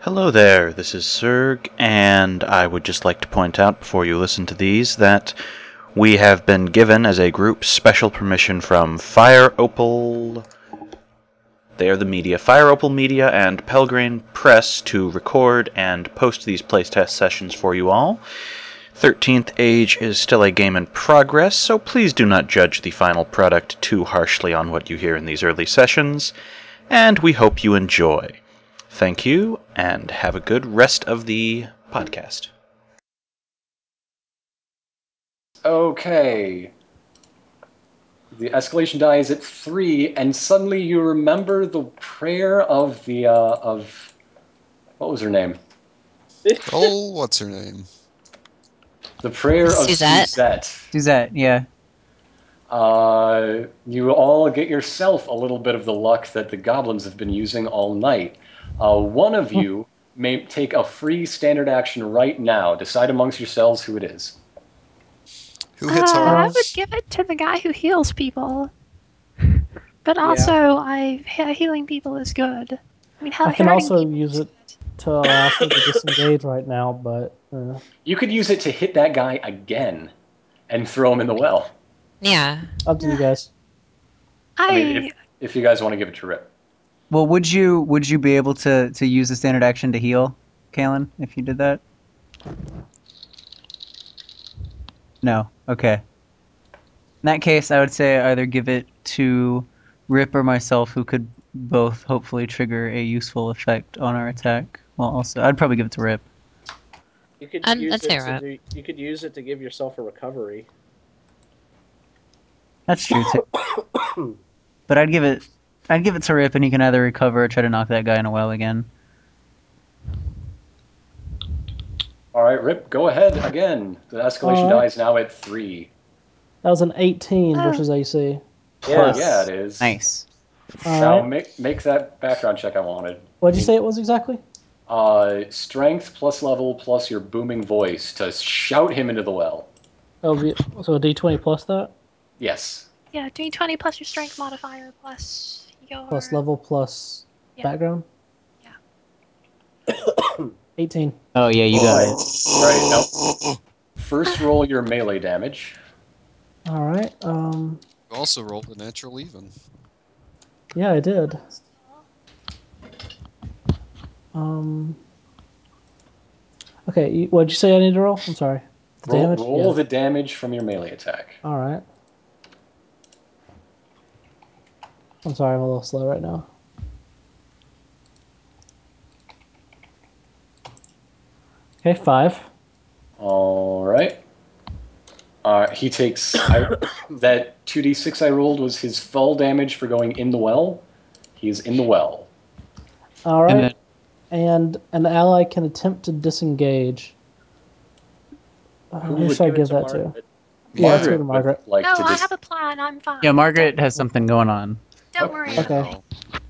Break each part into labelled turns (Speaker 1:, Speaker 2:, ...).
Speaker 1: Hello there, this is Serg, and I would just like to point out before you listen to these that we have been given as a group special permission from Fire Opal. They are the media, Fire Opal Media and Pelgrane Press, to record and post these playtest sessions for you all. 13th Age is still a game in progress, so please do not judge the final product too harshly on what you hear in these early sessions, and we hope you enjoy. Thank you, and have a good rest of the podcast.
Speaker 2: Okay. The escalation die is at three, and suddenly you remember the prayer of the uh, of what was her name?
Speaker 3: Oh, what's her name?
Speaker 2: The prayer of
Speaker 4: Suzette.
Speaker 2: Suzette.
Speaker 5: Suzette, yeah.
Speaker 2: Uh, you all get yourself a little bit of the luck that the goblins have been using all night. Uh, one of you may take a free standard action right now. Decide amongst yourselves who it is.
Speaker 3: Who hits
Speaker 6: Uh, I
Speaker 3: hard?
Speaker 6: would give it to the guy who heals people. But also, I he- healing people is good. I mean, he-
Speaker 7: I can
Speaker 6: hurting
Speaker 7: also
Speaker 6: people
Speaker 7: use
Speaker 6: is
Speaker 7: it
Speaker 6: good.
Speaker 7: to allow us to disengage right now, but uh,
Speaker 2: You could use it to hit that guy again and throw him in the well.
Speaker 4: Yeah.
Speaker 7: up to you guys.
Speaker 6: I,
Speaker 2: I mean, if, if you guys want to give it to Rip.
Speaker 5: Well, would you would you be able to to use the standard action to heal, Kalen, if you did that? No. Okay. In that case, I would say I either give it to Rip or myself, who could both hopefully trigger a useful effect on our attack. Well, also, I'd probably give it to Rip.
Speaker 8: You could
Speaker 4: Um,
Speaker 8: use
Speaker 4: that's
Speaker 8: it
Speaker 4: all
Speaker 8: to
Speaker 4: right.
Speaker 8: do, you could use it to give yourself a recovery.
Speaker 5: That's true too. but I'd give it, I'd give it to Rip, and he can either recover or try to knock that guy in a well again.
Speaker 2: All right, Rip, go ahead again. The escalation
Speaker 7: All right.
Speaker 2: die is now at three.
Speaker 7: That was an 18
Speaker 6: Oh.
Speaker 7: versus AC.
Speaker 8: Yes.
Speaker 2: Yeah, it is.
Speaker 5: Nice.
Speaker 2: Now
Speaker 7: All right.
Speaker 2: make, make that background check I wanted.
Speaker 7: What'd you say it was exactly?
Speaker 2: Uh, strength plus level plus your booming voice to shout him into the well.
Speaker 7: That'll be, Oh, so a D20 plus that,
Speaker 2: Yes.
Speaker 6: yeah, doing twenty plus your strength modifier plus your
Speaker 7: plus level plus
Speaker 6: Yeah.
Speaker 7: background.
Speaker 6: Yeah.
Speaker 7: 18.
Speaker 5: Oh yeah, you got it.
Speaker 2: All right, now first roll your melee damage.
Speaker 7: All right. Um.
Speaker 3: You also rolled a natural even.
Speaker 7: Yeah, I did. Um. Okay. you- What'd you say I need to roll? I'm sorry. The
Speaker 2: Roll,
Speaker 7: damage?
Speaker 2: roll
Speaker 7: Yeah.
Speaker 2: the damage from your melee attack.
Speaker 7: All right. I'm sorry, I'm a little slow right now. Okay, five.
Speaker 2: All right. Uh, he takes I, that 2d6 I rolled was his fall damage for going in the well. He is in the well.
Speaker 7: All
Speaker 5: And
Speaker 7: right, and, an ally can attempt to disengage. Uh, who should I give that to? Yeah, let's go to Margaret.
Speaker 2: would Like
Speaker 6: No,
Speaker 2: to
Speaker 6: I
Speaker 2: dis-
Speaker 6: have a plan. I'm fine.
Speaker 5: Yeah, Margaret has something going on.
Speaker 6: Don't, don't worry.
Speaker 7: Okay.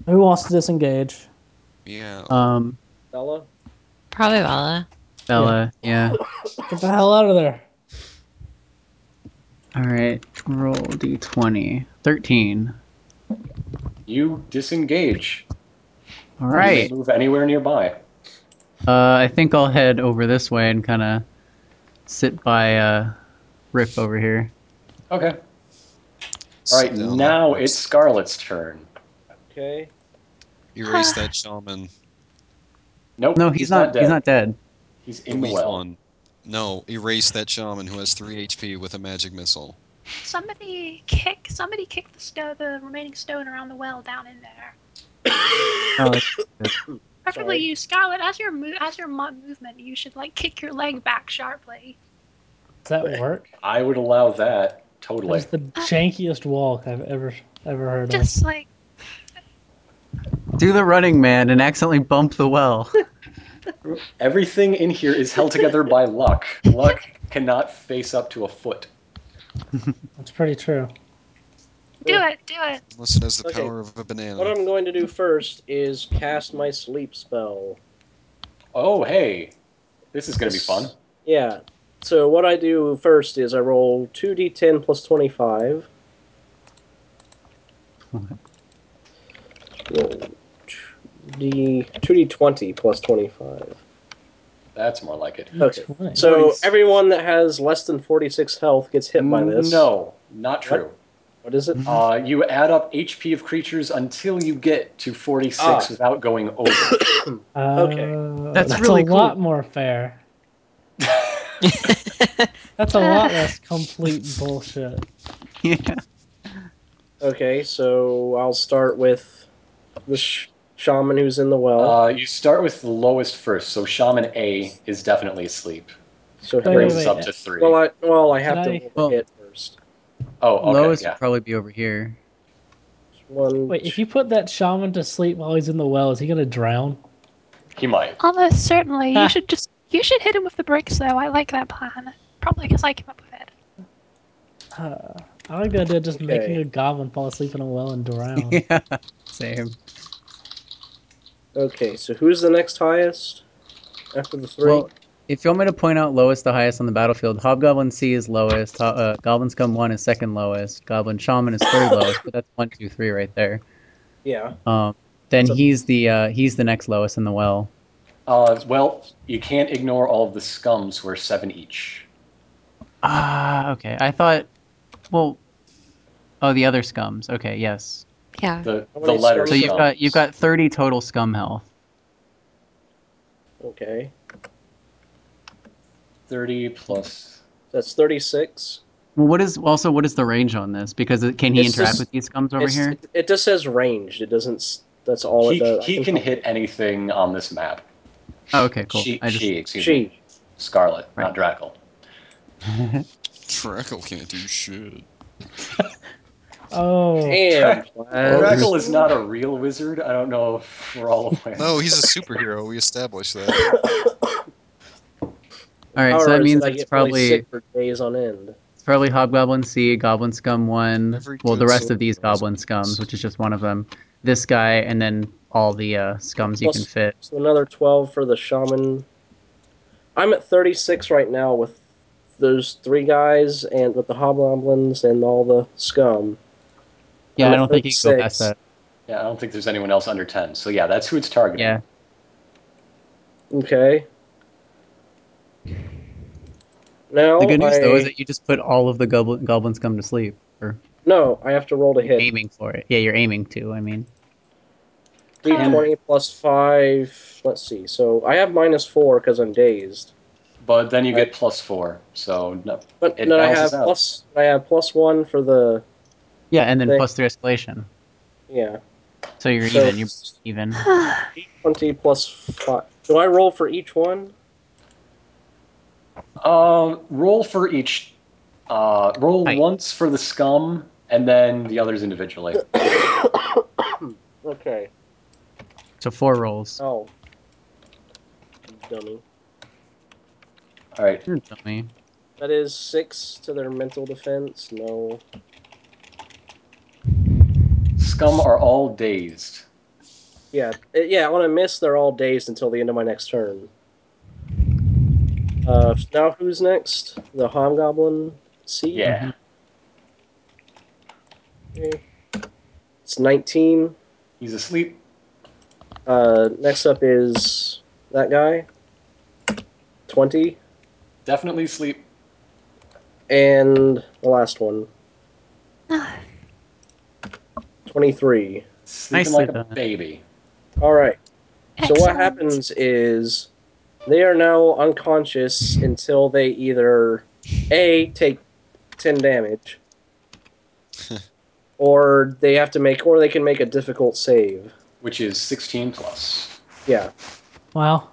Speaker 7: Who wants to disengage?
Speaker 3: Yeah.
Speaker 5: Um,
Speaker 8: Bella?
Speaker 4: Probably Vala.
Speaker 5: Bella. Yeah.
Speaker 7: Get the hell out of there.
Speaker 5: All right. Roll d20. Thirteen.
Speaker 2: You disengage. You may
Speaker 5: All right.
Speaker 2: move anywhere nearby.
Speaker 5: Uh, I think I'll head over this way and kind of sit by uh, Rip over here.
Speaker 2: Okay. All right.
Speaker 3: Sit down.
Speaker 2: now it's Scarlet's turn.
Speaker 8: Okay.
Speaker 3: erase that shaman.
Speaker 2: Nope.
Speaker 5: No, he's, not.
Speaker 2: dead.
Speaker 5: he's not dead.
Speaker 2: He's in the
Speaker 3: Weak
Speaker 2: well.
Speaker 3: one. No, erase that shaman who has three HP with a magic missile.
Speaker 6: Somebody kick. Somebody kick the stone, the remaining stone around the well down in there.
Speaker 5: Oh, it's-
Speaker 6: Preferably
Speaker 8: Sorry.
Speaker 6: you, Scarlet. As your mo- as your mo- movement, you should like kick your leg back sharply.
Speaker 7: Does that work?
Speaker 2: I would allow that
Speaker 7: That
Speaker 2: totally.
Speaker 7: is the jankiest walk I've ever ever heard of.
Speaker 6: Just like
Speaker 5: do the running man and accidentally bump the well.
Speaker 2: Everything in here is held together by luck. Luck cannot face up to a foot.
Speaker 7: That's pretty true.
Speaker 6: do it, do it.
Speaker 3: Unless it has the
Speaker 8: Okay.
Speaker 3: power of a
Speaker 8: What
Speaker 3: banana.
Speaker 8: I'm going to do first is cast my sleep spell.
Speaker 2: Oh, hey. This is going to be fun.
Speaker 8: Yeah. So what I do first is I roll 2d10 plus 25. Roll two D two D twenty plus twenty five.
Speaker 2: That's more like it.
Speaker 8: Okay.
Speaker 9: Right.
Speaker 8: So
Speaker 2: Nice.
Speaker 8: everyone that has less than forty six health gets hit by this.
Speaker 2: No, not true.
Speaker 8: What is it?
Speaker 2: Uh, you add up HP of creatures until you get to 46
Speaker 8: Ah.
Speaker 2: without going over.
Speaker 8: Okay.
Speaker 9: Uh,
Speaker 5: That's really
Speaker 9: a
Speaker 5: cool.
Speaker 9: lot more fair. that's a lot less complete bullshit.
Speaker 5: Yeah.
Speaker 8: Okay, so I'll start with the sh- shaman who's in the well.
Speaker 2: uh, you start with the lowest first, so Shaman A is definitely asleep.
Speaker 8: so
Speaker 9: Wait,
Speaker 2: Brings
Speaker 9: wait,
Speaker 2: us
Speaker 9: wait.
Speaker 2: up to three.
Speaker 8: well, uh, I well I have
Speaker 9: Can
Speaker 8: to
Speaker 9: I-
Speaker 8: roll the
Speaker 5: Well-
Speaker 8: hit first.
Speaker 2: oh, okay,
Speaker 5: Lowest
Speaker 2: yeah.
Speaker 5: would probably be over here.
Speaker 8: One.
Speaker 9: Wait, if you put that shaman to sleep while he's in the well, is he gonna drown?
Speaker 2: He might.
Speaker 6: Almost certainly.
Speaker 9: Ah.
Speaker 6: You should just you should hit him with the bricks though. I like that plan. Probably because I came up with it.
Speaker 9: I like the idea of just
Speaker 8: Okay.
Speaker 9: making a goblin fall asleep in a well and drown.
Speaker 5: Yeah. Same.
Speaker 8: Okay, so who's the next highest after the three?
Speaker 5: Well, if you want me to point out lowest to highest on the battlefield, Hobgoblin C is lowest, Ho- uh, Goblin Scum 1 is second lowest, Goblin Shaman is third lowest, but that's one, two, three right there.
Speaker 8: yeah.
Speaker 5: Um, then
Speaker 8: So-
Speaker 5: he's the uh, he's the next lowest in the well.
Speaker 2: Uh, well, you can't ignore all of the scums who are seven each.
Speaker 5: Ah, okay. I thought, well, oh, the other scums. Okay, yes.
Speaker 4: Yeah.
Speaker 2: The,
Speaker 8: How
Speaker 2: the
Speaker 8: many
Speaker 2: letter
Speaker 8: scums?
Speaker 5: So you've
Speaker 2: scums.
Speaker 5: got you've got 30 total scum health.
Speaker 8: Okay,
Speaker 2: 30 plus.
Speaker 8: that's thirty six.
Speaker 5: Well, what is also what is the range on this? Because it, can he
Speaker 8: It's
Speaker 5: interact
Speaker 8: just-
Speaker 5: with these scums over
Speaker 8: It's-
Speaker 5: here?
Speaker 8: It, it just says ranged. It doesn't. s- That's all it
Speaker 2: He,
Speaker 8: does. I
Speaker 2: he can hit anything on this map.
Speaker 5: Oh, okay, cool.
Speaker 2: She,
Speaker 5: I just
Speaker 2: she, excuse me.
Speaker 8: She.
Speaker 2: Scarlet, not
Speaker 5: Right.
Speaker 2: Drackle.
Speaker 3: Trackle can't do shit.
Speaker 9: Oh,
Speaker 8: Damn.
Speaker 2: Drackle is not a real wizard. I don't know if we're all aware.
Speaker 3: No, he's a superhero. We established that.
Speaker 5: all right.
Speaker 8: Power
Speaker 5: So that
Speaker 8: is
Speaker 5: means
Speaker 8: I
Speaker 5: it's
Speaker 8: get really
Speaker 5: probably
Speaker 8: sick for days on end.
Speaker 5: it's probably Hobgoblin C, Goblin Scum one.
Speaker 3: Every
Speaker 5: well, the
Speaker 3: good
Speaker 5: rest of these
Speaker 3: soldier has
Speaker 5: Goblin
Speaker 3: wings.
Speaker 5: scums, which is just one of them. This guy, and then all the uh, scums you
Speaker 8: Plus-
Speaker 5: can fit.
Speaker 8: So another twelve for the shaman. I'm at thirty six right now with those three guys and with the hobgoblins and all the scum.
Speaker 5: Yeah,
Speaker 8: I'm
Speaker 5: I
Speaker 8: at
Speaker 5: don't think you can go past
Speaker 8: 36.
Speaker 5: that.
Speaker 2: Yeah, I don't think there's anyone else under 10. So yeah, that's who it's targeting.
Speaker 5: Yeah.
Speaker 8: Okay. Now
Speaker 5: The good news
Speaker 8: I,
Speaker 5: though is that you just put all of the goblin goblins come to sleep. Or
Speaker 8: no, I have to roll to hit.
Speaker 5: aiming for it. Yeah, you're aiming to. I mean,
Speaker 8: D twenty plus five. Let's see. So I have minus four because I'm dazed.
Speaker 2: But then you get plus four. So no.
Speaker 8: But
Speaker 2: It
Speaker 8: then I
Speaker 2: balances
Speaker 8: have
Speaker 2: out.
Speaker 8: plus. I have plus one for the
Speaker 5: yeah, and then
Speaker 8: They-
Speaker 5: plus three escalation.
Speaker 8: yeah.
Speaker 5: So you're
Speaker 8: So-
Speaker 5: even. You're even.
Speaker 8: Twenty plus five. Do I roll for each one?
Speaker 2: Um, roll for each. Uh, roll
Speaker 5: Right.
Speaker 2: once for the scum, and then the others individually.
Speaker 8: Okay.
Speaker 5: So four rolls.
Speaker 8: Oh. Dummy.
Speaker 2: All right.
Speaker 5: You're a dummy.
Speaker 8: That is six to their mental defense. No.
Speaker 2: Scum are all dazed.
Speaker 8: Yeah. uh, Yeah, on a miss, they're all dazed until the end of my next turn. Uh, now who's next? The Hobgoblin C?
Speaker 2: Yeah.
Speaker 5: Mm-hmm.
Speaker 8: Okay. It's 19.
Speaker 2: He's asleep.
Speaker 8: Uh, next up is that guy. 20.
Speaker 2: Definitely asleep.
Speaker 8: And the last one. 23.
Speaker 2: Sleeping
Speaker 5: Nicely
Speaker 2: like a
Speaker 5: done.
Speaker 2: baby.
Speaker 8: All right. So what
Speaker 6: Excellent.
Speaker 8: happens is they are now unconscious until they either a take ten damage, or they have to make, or they can make a difficult save.
Speaker 2: Which is 16 plus.
Speaker 8: Yeah.
Speaker 9: wow.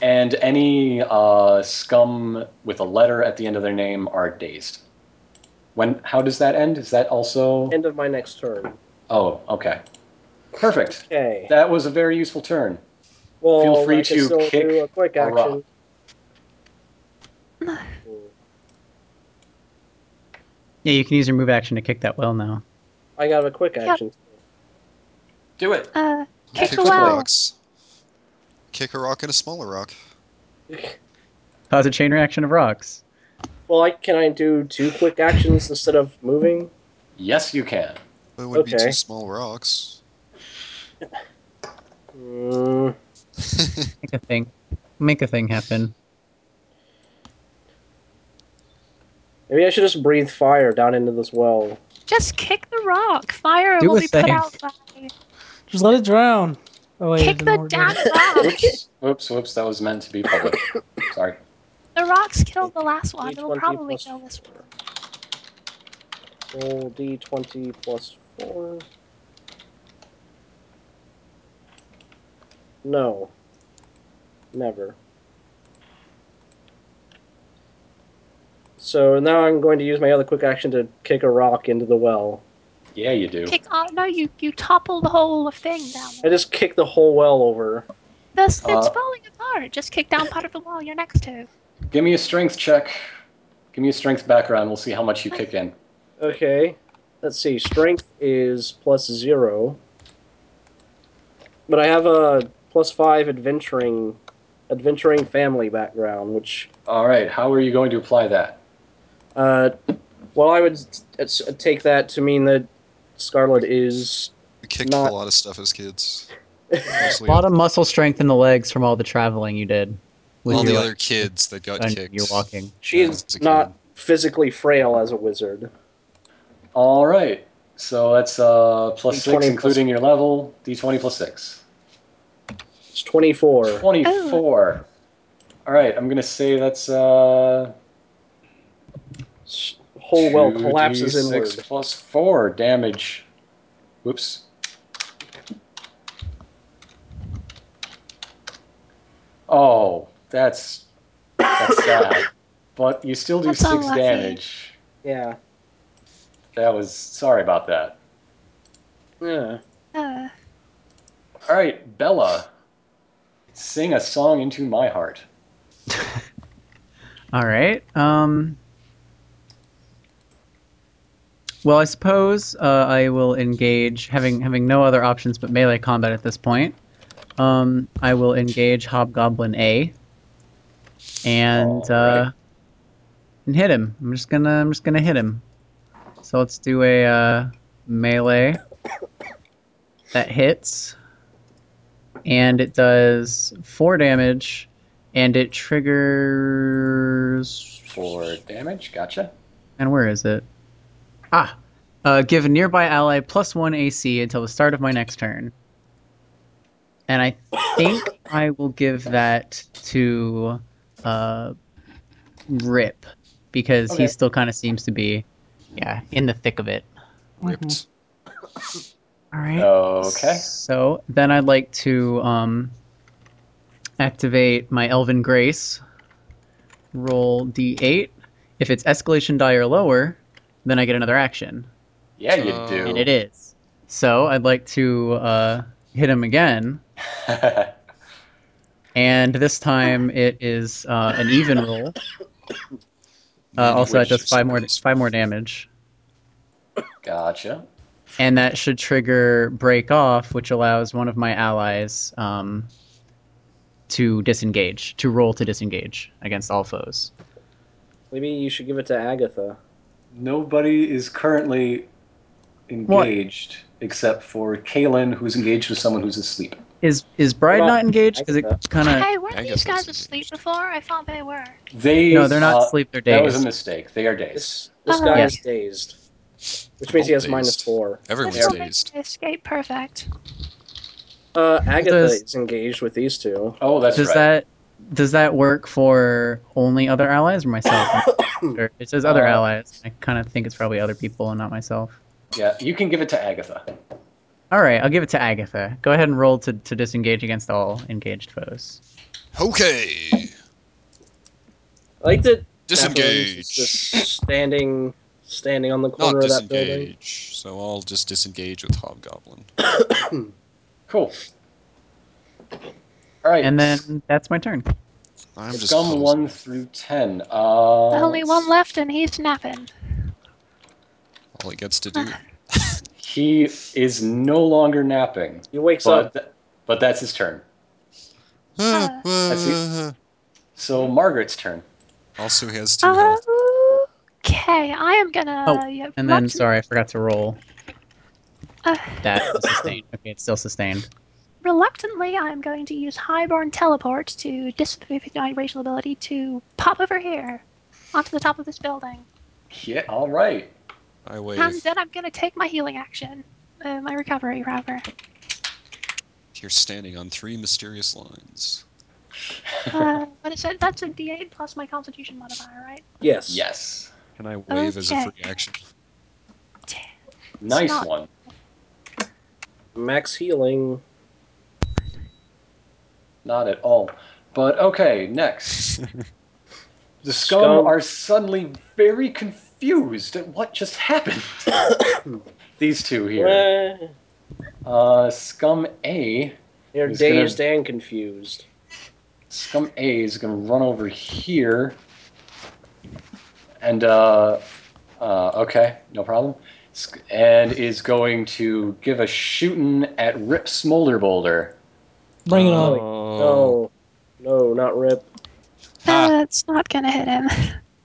Speaker 2: And any uh, scum with a letter at the end of their name are dazed. When? How does that end? Is that also?
Speaker 8: End of my next turn.
Speaker 2: Oh, okay. Perfect.
Speaker 8: Okay.
Speaker 2: That was a very useful turn.
Speaker 8: Well,
Speaker 2: feel free
Speaker 8: I can
Speaker 2: to
Speaker 8: still
Speaker 2: kick
Speaker 8: do a quick
Speaker 2: a rock.
Speaker 8: action.
Speaker 5: Yeah, you can use your move action to kick that well now.
Speaker 8: I got a quick
Speaker 6: Yep.
Speaker 8: action.
Speaker 2: Do it.
Speaker 6: Uh,
Speaker 3: Kick
Speaker 6: kick the
Speaker 3: the
Speaker 6: well.
Speaker 3: rocks. Kick a rock and a smaller rock.
Speaker 5: Cause a chain reaction of rocks.
Speaker 8: Well, I, can I do two quick actions instead of moving?
Speaker 2: Yes, you can.
Speaker 3: But it would be
Speaker 8: Okay.
Speaker 3: two small rocks.
Speaker 8: Mm,
Speaker 5: Make a thing. Make a thing happen.
Speaker 8: maybe I should just breathe fire down into this well.
Speaker 6: Just kick the rock. Fire
Speaker 5: Do
Speaker 6: will
Speaker 5: a
Speaker 6: be
Speaker 5: thing.
Speaker 6: put out by.
Speaker 9: Just let it drown. Oh wait,
Speaker 6: Kick
Speaker 9: there's
Speaker 6: the
Speaker 9: more
Speaker 6: damn
Speaker 9: good.
Speaker 6: rock.
Speaker 2: Whoops, whoops, whoops. That was meant to be public. Sorry.
Speaker 6: The rocks killed the last one. It'll
Speaker 8: D20
Speaker 6: Oh, probably
Speaker 8: plus
Speaker 6: kill this one.
Speaker 8: four. Roll d20 plus four. No. Never. So now I'm going to use my other quick action to kick a rock into the well.
Speaker 2: Yeah, you do.
Speaker 6: Kick off. No, you you topple the whole thing down.
Speaker 8: I just kick the whole well over.
Speaker 6: This it's
Speaker 2: Uh,
Speaker 6: falling apart. Just kick down part of the wall you're next to.
Speaker 2: Give me a strength check. Give me a strength background. We'll see how much you kick in.
Speaker 8: Okay. Let's see. Strength is plus zero. But I have a plus five adventuring adventuring family background, which
Speaker 2: All right. How are you going to apply that?
Speaker 8: uh, well, I would s- s- uh, take that to mean that Scarlet is
Speaker 3: We kicked
Speaker 8: Not-
Speaker 3: a lot of stuff as kids. Mostly
Speaker 5: A lot of muscle strength in the legs from all the traveling you did. With
Speaker 3: all
Speaker 5: your
Speaker 3: the
Speaker 5: wa-
Speaker 3: other kids that got
Speaker 5: and
Speaker 3: kicked.
Speaker 5: You're walking.
Speaker 8: she
Speaker 3: Yeah,
Speaker 8: is
Speaker 3: it's a
Speaker 8: not
Speaker 3: kid.
Speaker 8: physically frail as a wizard.
Speaker 2: All right. So that's uh, plus
Speaker 8: D20
Speaker 2: six,
Speaker 8: plus-
Speaker 2: including your level. D20 plus six.
Speaker 8: It's twenty four.
Speaker 2: 24. All right. I'm going to say that's uh,
Speaker 8: Whole well
Speaker 2: 2d6
Speaker 8: collapses inward.
Speaker 2: plus 4 damage. Whoops. Oh, that's that's sad. But you still do
Speaker 6: That's
Speaker 2: 6
Speaker 6: unlucky.
Speaker 2: damage.
Speaker 8: Yeah.
Speaker 2: That was sorry about that.
Speaker 8: Yeah.
Speaker 6: Uh,
Speaker 2: All right, Bella. Sing a song into my heart.
Speaker 5: All right. Um. Well, I suppose uh, I will engage, having having no other options but melee combat at this point. Um, I will engage Hobgoblin A, and uh,
Speaker 2: Alright.
Speaker 5: and hit him. I'm just gonna I'm just gonna hit him. So let's do a uh, melee that hits, and it does four damage, and it triggers
Speaker 2: 4 damage. Gotcha.
Speaker 5: and where is it? Ah, uh, give a nearby ally plus one AC until the start of my next turn. And I think I will give that to uh, Rip because
Speaker 2: Okay.
Speaker 5: he still kind of seems to be, yeah, in the thick of it.
Speaker 3: ripped.
Speaker 5: All right.
Speaker 2: Okay.
Speaker 5: So then I'd like to um, activate my Elven Grace. Roll D8. If it's escalation die or lower, then I get another action.
Speaker 2: Yeah, you
Speaker 3: Uh,
Speaker 2: do.
Speaker 5: And it is. So I'd like to uh, hit him again. And this time it is uh, an even roll. Uh,
Speaker 3: Man, I
Speaker 5: also, that
Speaker 3: wish
Speaker 5: does
Speaker 3: there's
Speaker 5: five more,
Speaker 3: somebody's-
Speaker 5: five more damage.
Speaker 2: gotcha.
Speaker 5: and that should trigger break off, which allows one of my allies um, to disengage, to roll to disengage against all foes.
Speaker 8: Maybe you should give it to Agatha.
Speaker 2: Nobody is currently engaged except for Kaylin, who's engaged with someone who's asleep.
Speaker 5: Is is Bride
Speaker 8: Well,
Speaker 5: not engaged? Because it
Speaker 8: I-
Speaker 5: kind of
Speaker 6: hey, weren't
Speaker 3: I
Speaker 6: these
Speaker 3: guess that's
Speaker 6: guys asleep before? I thought they were.
Speaker 2: They
Speaker 5: no, they're not
Speaker 2: uh,
Speaker 5: asleep. They're
Speaker 2: That was a
Speaker 5: dazed.
Speaker 2: mistake. They are dazed.
Speaker 8: This this
Speaker 6: Oh.
Speaker 8: guy
Speaker 6: Yeah.
Speaker 8: is dazed, which means he has
Speaker 3: Both
Speaker 8: minus
Speaker 3: Oh, dazed.
Speaker 8: four.
Speaker 6: They're
Speaker 3: Everyone's
Speaker 6: still making
Speaker 3: dazed.
Speaker 6: their escape perfect.
Speaker 8: Uh, Agatha
Speaker 5: Does-
Speaker 8: is engaged with these two.
Speaker 2: Oh, that's
Speaker 5: Does
Speaker 2: right.
Speaker 5: that does that work for only other allies or myself? Or it says other
Speaker 2: Uh,
Speaker 5: allies. I kind of think it's probably other people and not myself.
Speaker 2: Yeah, you can give it to Agatha.
Speaker 5: All right, I'll give it to Agatha. Go ahead and roll to, to disengage against all engaged foes.
Speaker 3: Okay.
Speaker 8: I like that. Evelyn's
Speaker 3: Disengage.
Speaker 8: Just standing, standing on the corner
Speaker 3: Not
Speaker 8: of that building.
Speaker 3: disengage. So I'll just disengage with Hobgoblin.
Speaker 2: Cool. All right.
Speaker 5: And then that's my turn.
Speaker 3: I'm
Speaker 2: it's
Speaker 3: just
Speaker 2: gone
Speaker 3: puzzled.
Speaker 2: one through ten. Uh,
Speaker 6: Only
Speaker 2: let's-
Speaker 6: one left, and he's napping.
Speaker 3: All it gets to do.
Speaker 2: He is no longer napping,
Speaker 8: He wakes
Speaker 2: but
Speaker 8: up.
Speaker 2: th- but that's his turn.
Speaker 3: also,
Speaker 2: So Margaret's turn.
Speaker 3: he has two
Speaker 6: Uh-huh.
Speaker 3: health.
Speaker 6: Okay, I am gonna.
Speaker 5: Oh,
Speaker 6: yeah,
Speaker 5: And
Speaker 6: lots
Speaker 5: then,
Speaker 6: of-
Speaker 5: sorry, I forgot to roll. That is sustained. Okay, it's still sustained.
Speaker 6: Reluctantly, I'm going to use Highborn Teleport to disprove my racial ability to pop over here onto the top of this building.
Speaker 2: Yeah, all right.
Speaker 3: I wave.
Speaker 6: And then I'm going to take my healing action, uh, my recovery, rather.
Speaker 3: You're standing on three mysterious lines.
Speaker 6: Uh, but it's, that's a D8 plus my Constitution modifier, right?
Speaker 8: Yes.
Speaker 2: Yes.
Speaker 3: Can I wave as a free
Speaker 6: Okay.
Speaker 3: action?
Speaker 2: Nice
Speaker 6: not-
Speaker 2: one.
Speaker 8: Max healing.
Speaker 2: Not at all. But okay, next. The scum,
Speaker 8: Scum.
Speaker 2: are suddenly very confused at what just happened. These two here.
Speaker 8: Eh,
Speaker 2: Uh, scum A.
Speaker 8: They're
Speaker 2: He's gonna-
Speaker 8: dazed and confused.
Speaker 2: Scum A is going to run over here. And, uh, uh, okay, no problem. Sc- And is going to give a shootin' at Rip Smolder Boulder.
Speaker 9: Bring it on.
Speaker 3: Oh.
Speaker 8: No. No, not Rip.
Speaker 3: Ah.
Speaker 6: That's not going to hit him.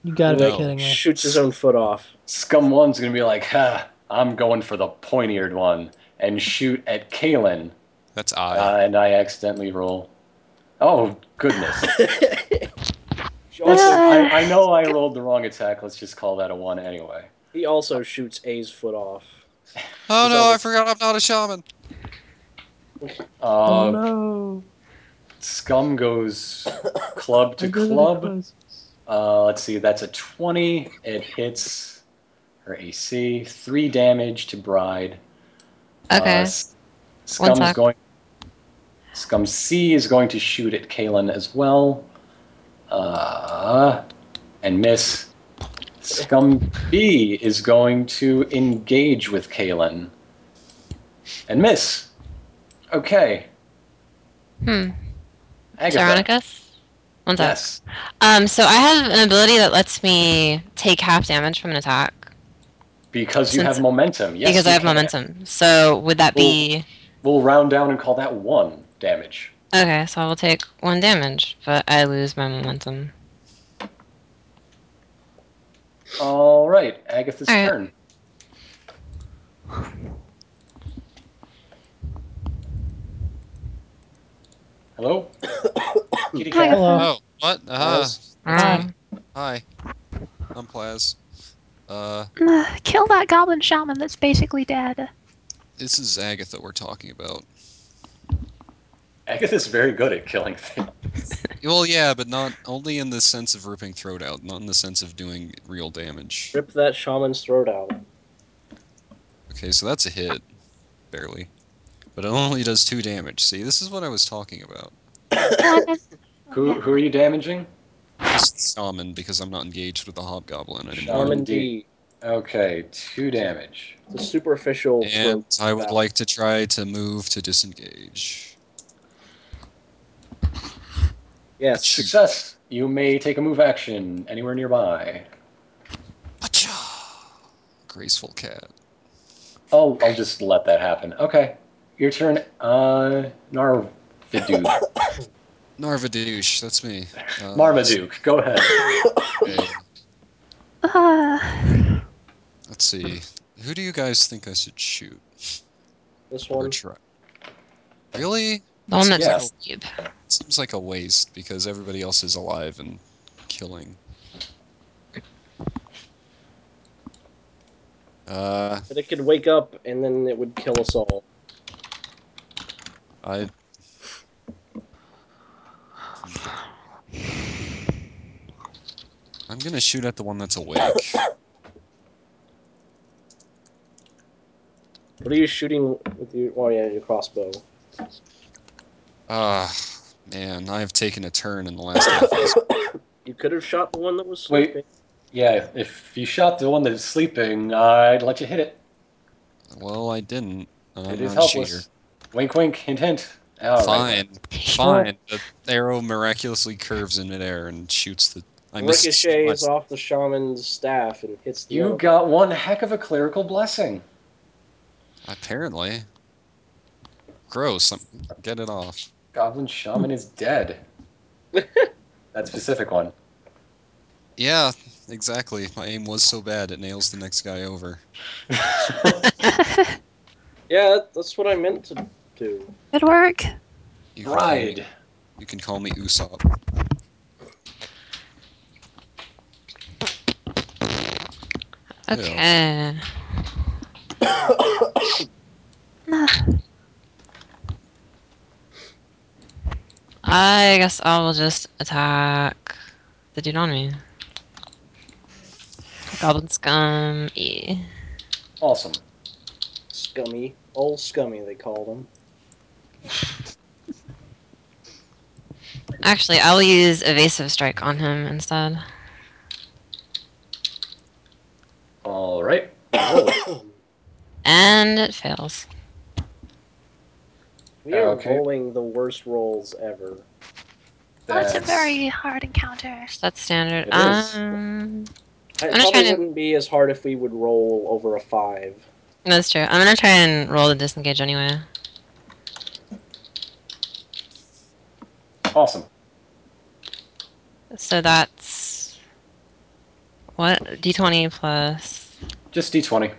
Speaker 9: You gotta
Speaker 3: No.
Speaker 9: be kidding me.
Speaker 8: Shoots his own foot off.
Speaker 2: Scum One's gonna be like, "Ha, I'm going for the pointy-eared one," and shoot at Kalen,
Speaker 3: That's
Speaker 2: uh,
Speaker 3: I.
Speaker 2: and I accidentally roll. Oh goodness!
Speaker 8: She also,
Speaker 2: I, I know I rolled the wrong attack. Let's just call that a one anyway.
Speaker 8: he also shoots A's foot off.
Speaker 3: oh no,
Speaker 8: so-
Speaker 3: I forgot I'm not a shaman.
Speaker 2: Uh,
Speaker 9: oh no.
Speaker 2: Scum goes club to
Speaker 9: I did it
Speaker 2: club.
Speaker 9: because-
Speaker 2: Uh, let's see, that's a twenty. It hits her AC. Three damage to Bride.
Speaker 4: Okay.
Speaker 2: Uh, S-
Speaker 4: One
Speaker 2: Scum's
Speaker 4: sec.
Speaker 2: going. Scum C is going to shoot at Kalen as well, uh, and miss. Scum B is going to engage with Kalen, and miss. Okay,
Speaker 4: hmm.
Speaker 2: Agatha.
Speaker 4: Seronicus? One sec.
Speaker 2: Yes.
Speaker 4: Um, so I have an ability that lets me take half damage from an attack
Speaker 2: Because you
Speaker 4: Since-
Speaker 2: have momentum. Yes.
Speaker 4: because
Speaker 2: you
Speaker 4: I have
Speaker 2: can.
Speaker 4: momentum. So would that be.
Speaker 2: We'll round down and call that one damage.
Speaker 4: Okay, so I will take one damage, but I lose my momentum.
Speaker 2: All right, Agatha's
Speaker 4: All right.
Speaker 2: turn. Hello? Kitty
Speaker 6: Hi.
Speaker 2: cat?
Speaker 9: Hello.
Speaker 3: Oh, what? Uh,
Speaker 8: Plaz.
Speaker 4: Alright.
Speaker 3: hi. I'm Plaz. Uh,
Speaker 6: Ugh, Kill that goblin shaman that's basically dead.
Speaker 3: this is Agatha we're talking about.
Speaker 2: Agatha's very good at killing things.
Speaker 3: Well, yeah, but not only in the sense of ripping throat out, not in the sense of doing real damage.
Speaker 8: Rip that shaman's throat out.
Speaker 3: Okay, so that's a hit, barely, but it only does two damage. See, this is what I was talking about.
Speaker 2: Who, who are you damaging?
Speaker 3: Just shaman because I'm not engaged with the hobgoblin anymore.
Speaker 2: Shaman
Speaker 8: Shaman
Speaker 2: D.
Speaker 8: D.
Speaker 2: Okay, two damage.
Speaker 8: The superficial.
Speaker 3: And
Speaker 8: throat
Speaker 3: I would
Speaker 8: out.
Speaker 3: like to try to move to disengage.
Speaker 8: Yes.
Speaker 2: Success. You may take a move action anywhere nearby.
Speaker 3: Acha! Graceful cat.
Speaker 2: Oh, I'll just let that happen. Okay. Your turn, uh, Narviduke.
Speaker 3: Narvadouche, that's me. Uh,
Speaker 2: Marmaduke, go ahead.
Speaker 3: okay,
Speaker 6: Uh,
Speaker 3: Let's see. Who do you guys think I should shoot
Speaker 8: This
Speaker 3: or
Speaker 8: one.
Speaker 3: try? Really?
Speaker 4: The one that's
Speaker 2: Yeah.
Speaker 4: asleep.
Speaker 3: Seems like a waste because everybody else is alive and killing. Uh,
Speaker 8: But it could wake up and then it would kill us all.
Speaker 3: I. I'm gonna shoot at the one that's awake.
Speaker 8: What are you shooting with your? Oh yeah, your crossbow.
Speaker 3: Ah, man, I have taken a turn in the last half. hour.
Speaker 8: You could have shot the one that was
Speaker 2: Wait.
Speaker 8: sleeping.
Speaker 2: Yeah, if you shot the one that's sleeping, I'd let you hit it.
Speaker 3: Well, I didn't. and
Speaker 2: it
Speaker 3: I'm
Speaker 2: is
Speaker 3: not a cheater.
Speaker 2: helpless. Wink, wink, hint, hint. All right.
Speaker 3: Fine, fine. The arrow miraculously curves in midair and shoots the. I missed it so
Speaker 8: ricochets
Speaker 3: much.
Speaker 8: off the shaman's staff and hits the
Speaker 2: You
Speaker 8: other-
Speaker 2: got one heck of a clerical blessing.
Speaker 3: Apparently. Gross. I'm, get it off.
Speaker 2: Goblin shaman is dead. that specific one.
Speaker 3: Yeah, exactly. My aim was so bad it nails the next guy over.
Speaker 8: Yeah, that, that's what I meant to do.
Speaker 6: Good work.
Speaker 3: You can call me-
Speaker 2: Bride.
Speaker 3: You can call me Usopp. Yeah.
Speaker 4: Okay. I guess I will just attack the dude on me. Goblin scum. E.
Speaker 2: Awesome.
Speaker 8: Scummy. Old Scummy, they called him.
Speaker 4: Actually, I will use evasive strike on him instead.
Speaker 2: All right.
Speaker 4: And it fails.
Speaker 8: We are
Speaker 2: Okay.
Speaker 8: rolling the worst rolls ever.
Speaker 6: Well, it's a
Speaker 2: That's-
Speaker 6: very hard encounter.
Speaker 4: That's standard.
Speaker 2: It is.
Speaker 4: Um,
Speaker 8: It
Speaker 4: just
Speaker 8: probably
Speaker 4: trying to-
Speaker 8: wouldn't be as hard if we would roll over a five.
Speaker 4: that's true. I'm gonna try and roll the disengage anyway.
Speaker 2: Awesome.
Speaker 4: So that's what d20 plus.
Speaker 2: Just d20.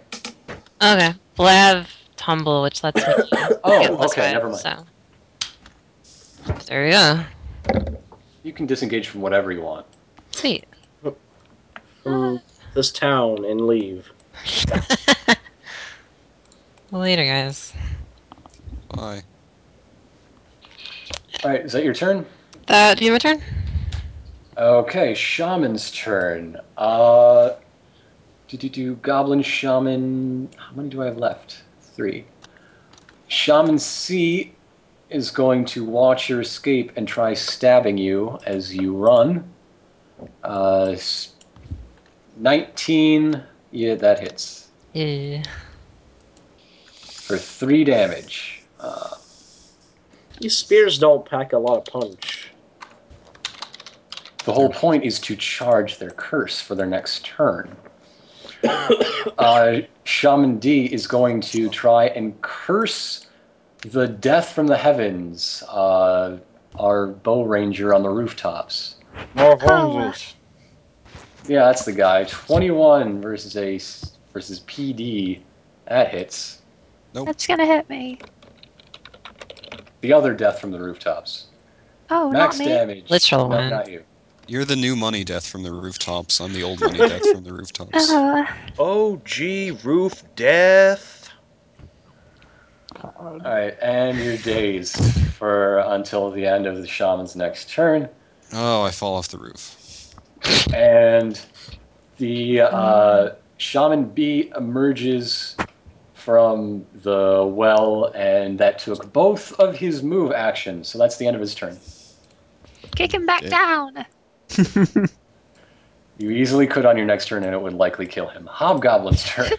Speaker 4: Okay, well I have tumble, which lets me. get
Speaker 2: Oh,
Speaker 4: plus
Speaker 2: okay.
Speaker 4: five,
Speaker 2: Never mind.
Speaker 4: So. There we go.
Speaker 2: You can disengage from whatever you want.
Speaker 4: Sweet.
Speaker 8: From this town and leave.
Speaker 4: Later, guys.
Speaker 3: Bye.
Speaker 2: All right. Is that your turn?
Speaker 4: That be my turn.
Speaker 2: Okay, shaman's turn. Uh, do do do. Goblin shaman. How many do I have left? Three. Shaman C is going to watch your escape and try stabbing you as you run. Uh, s- nineteen. Yeah, that hits
Speaker 4: Yeah.
Speaker 2: for three damage. Uh,
Speaker 8: These spears don't pack a lot of punch.
Speaker 2: The whole point is to charge their curse for their next turn. uh, Shaman D is going to try and curse the death from the heavens, uh, our bow ranger on the rooftops.
Speaker 7: More
Speaker 6: Oh.
Speaker 7: oranges.
Speaker 2: Yeah, that's the guy. 21 versus a s- versus PD. That hits.
Speaker 6: That's gonna hit me.
Speaker 2: The other death from the rooftops.
Speaker 6: Oh,
Speaker 2: Max
Speaker 6: not me.
Speaker 2: damage.
Speaker 4: Literal
Speaker 2: No,
Speaker 4: one.
Speaker 2: not you.
Speaker 3: You're the new money death from the rooftops. I'm the old money death from the rooftops.
Speaker 6: Oh,
Speaker 10: OG roof death.
Speaker 2: All right, and you're dazed for until the end of the shaman's next turn.
Speaker 3: Oh, I fall off the roof.
Speaker 2: and the uh, shaman B emerges from the well, and that took both of his move actions. So that's the end of his turn.
Speaker 6: kick him back
Speaker 3: Okay.
Speaker 6: down.
Speaker 2: You easily could on your next turn, and it would likely kill him. Hobgoblin's turn.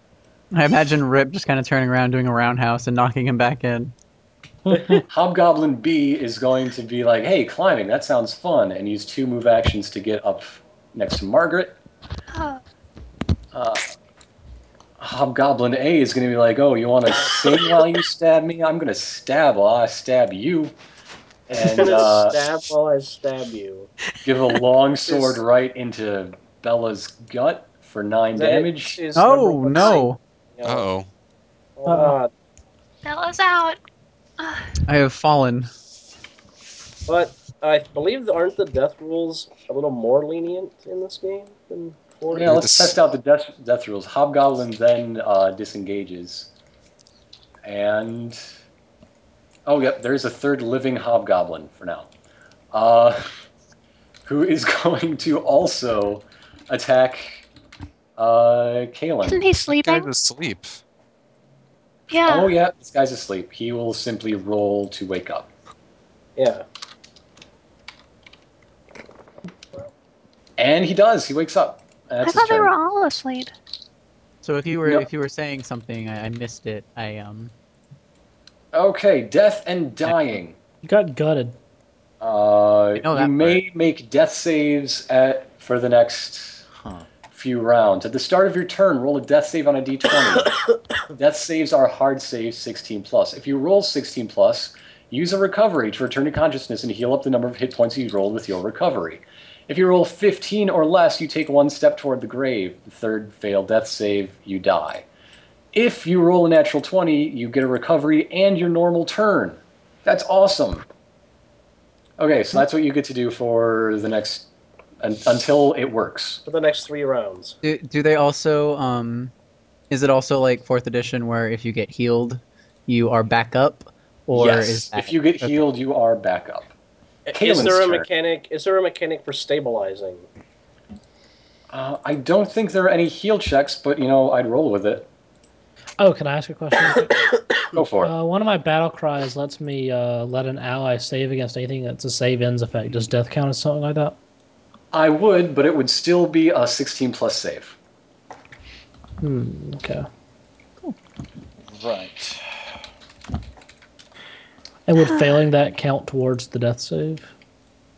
Speaker 5: I imagine Rip just kind of turning around, doing a roundhouse, and knocking him back in.
Speaker 2: Hobgoblin B is going to be like, "Hey, climbing. That sounds fun," and use two move actions to get up next to Margaret.
Speaker 6: Oh,
Speaker 2: Uh, Hobgoblin A is going to be like, "Oh, you want to sing while you stab me? I'm going to stab while I stab you."
Speaker 8: I'm
Speaker 2: And
Speaker 8: gonna
Speaker 2: uh,
Speaker 8: stab while I stab you.
Speaker 2: give a long sword right into Bella's gut for nine
Speaker 8: That
Speaker 2: damage.
Speaker 8: is number
Speaker 5: Oh
Speaker 8: one
Speaker 5: no!
Speaker 8: thing, you know. Uh,
Speaker 3: Uh-oh.
Speaker 8: Hold on.
Speaker 6: Bella's out.
Speaker 5: I have fallen.
Speaker 8: But I believe that- aren't the death rules a little more lenient in this game than 40?
Speaker 2: Yeah, let's
Speaker 3: This-
Speaker 2: test out the death, death rules. Hobgoblin then uh, disengages. And. Oh, yep, there's a third living Hobgoblin for now. Uh, who is going to also attack uh,
Speaker 6: Isn't
Speaker 2: Kalen.
Speaker 6: he uh,
Speaker 3: Guy's
Speaker 6: sleeping?
Speaker 3: asleep.
Speaker 6: Yeah.
Speaker 2: Oh, yeah, this guy's asleep. He will simply roll to wake up.
Speaker 8: Yeah.
Speaker 2: And he does. He wakes up. That's
Speaker 6: I
Speaker 2: his
Speaker 6: thought they
Speaker 2: turn.
Speaker 6: were all asleep.
Speaker 5: So if you were
Speaker 2: No.
Speaker 5: if you were saying something, I, I missed it. I um.
Speaker 2: Okay, death and dying.
Speaker 9: You got gutted.
Speaker 2: Uh,
Speaker 5: know
Speaker 2: you
Speaker 5: that
Speaker 2: may make death saves at for the next
Speaker 10: Huh.
Speaker 2: few rounds. At the start of your turn, roll a death save on a d20. death saves are hard saves 16 plus. If you roll 16 plus, use a recovery to return to consciousness and heal up the number of hit points you rolled with your recovery. If you roll 15 or less, you take one step toward the grave. The third failed death save, you die. If you roll a natural 20, you get a recovery and your normal turn. That's awesome. Okay,
Speaker 5: Hmm.
Speaker 2: so that's what you get to do for the next un- until it works.
Speaker 8: for the next three rounds.
Speaker 5: Do, do they also um is it also like fourth edition where if you get healed you are back up or
Speaker 2: yes,
Speaker 5: is that,
Speaker 2: if you get
Speaker 5: okay.
Speaker 2: healed, you are back up.
Speaker 8: is there a
Speaker 2: Kaelin's turn.
Speaker 8: mechanic? Is there a mechanic for stabilizing?
Speaker 2: Uh, I don't think there are any heal checks, but you know I'd roll with it.
Speaker 7: Oh, can I ask a question?
Speaker 2: Go for it.
Speaker 1: Oh.
Speaker 7: uh, one of my battle cries lets me uh, let an ally save against anything that's a save ends effect. Does death count as something like that?
Speaker 2: I would, but it would still be a 16 plus save.
Speaker 7: Hmm. Okay.
Speaker 1: Right.
Speaker 7: And would failing that count towards the death save?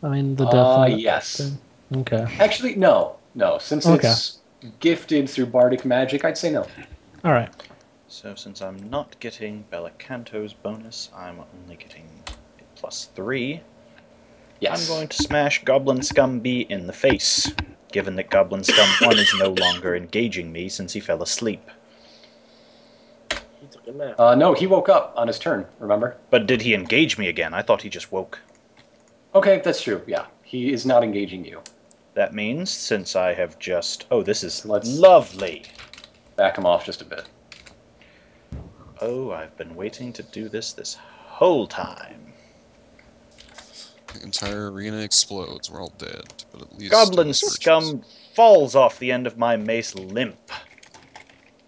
Speaker 7: I mean, the death.
Speaker 2: Uh,
Speaker 7: and-
Speaker 2: yes.
Speaker 7: Okay.
Speaker 2: Actually, no, no. Since it's gifted through bardic magic, I'd say no.
Speaker 7: All right.
Speaker 1: So since I'm not getting Belacanto's bonus, I'm only getting a plus three.
Speaker 2: Yes.
Speaker 1: I'm going to smash Goblin Scum B in the face, given that Goblin Scum 1 is no longer engaging me since he fell asleep.
Speaker 8: He took a nap.
Speaker 2: Uh, no, he woke up on his turn. Remember?
Speaker 1: But did he engage me again? I thought he just woke.
Speaker 2: Okay, that's true. Yeah, he is not engaging you.
Speaker 1: That means since I have just. Oh, this is
Speaker 2: Let's-
Speaker 1: lovely!
Speaker 2: Back him off just a bit.
Speaker 1: Oh, I've been waiting to do this this whole time.
Speaker 3: The entire arena explodes. We're all dead, but at least
Speaker 1: Goblin
Speaker 3: Thomas Birch is-
Speaker 1: Scum falls off the end of my mace limp.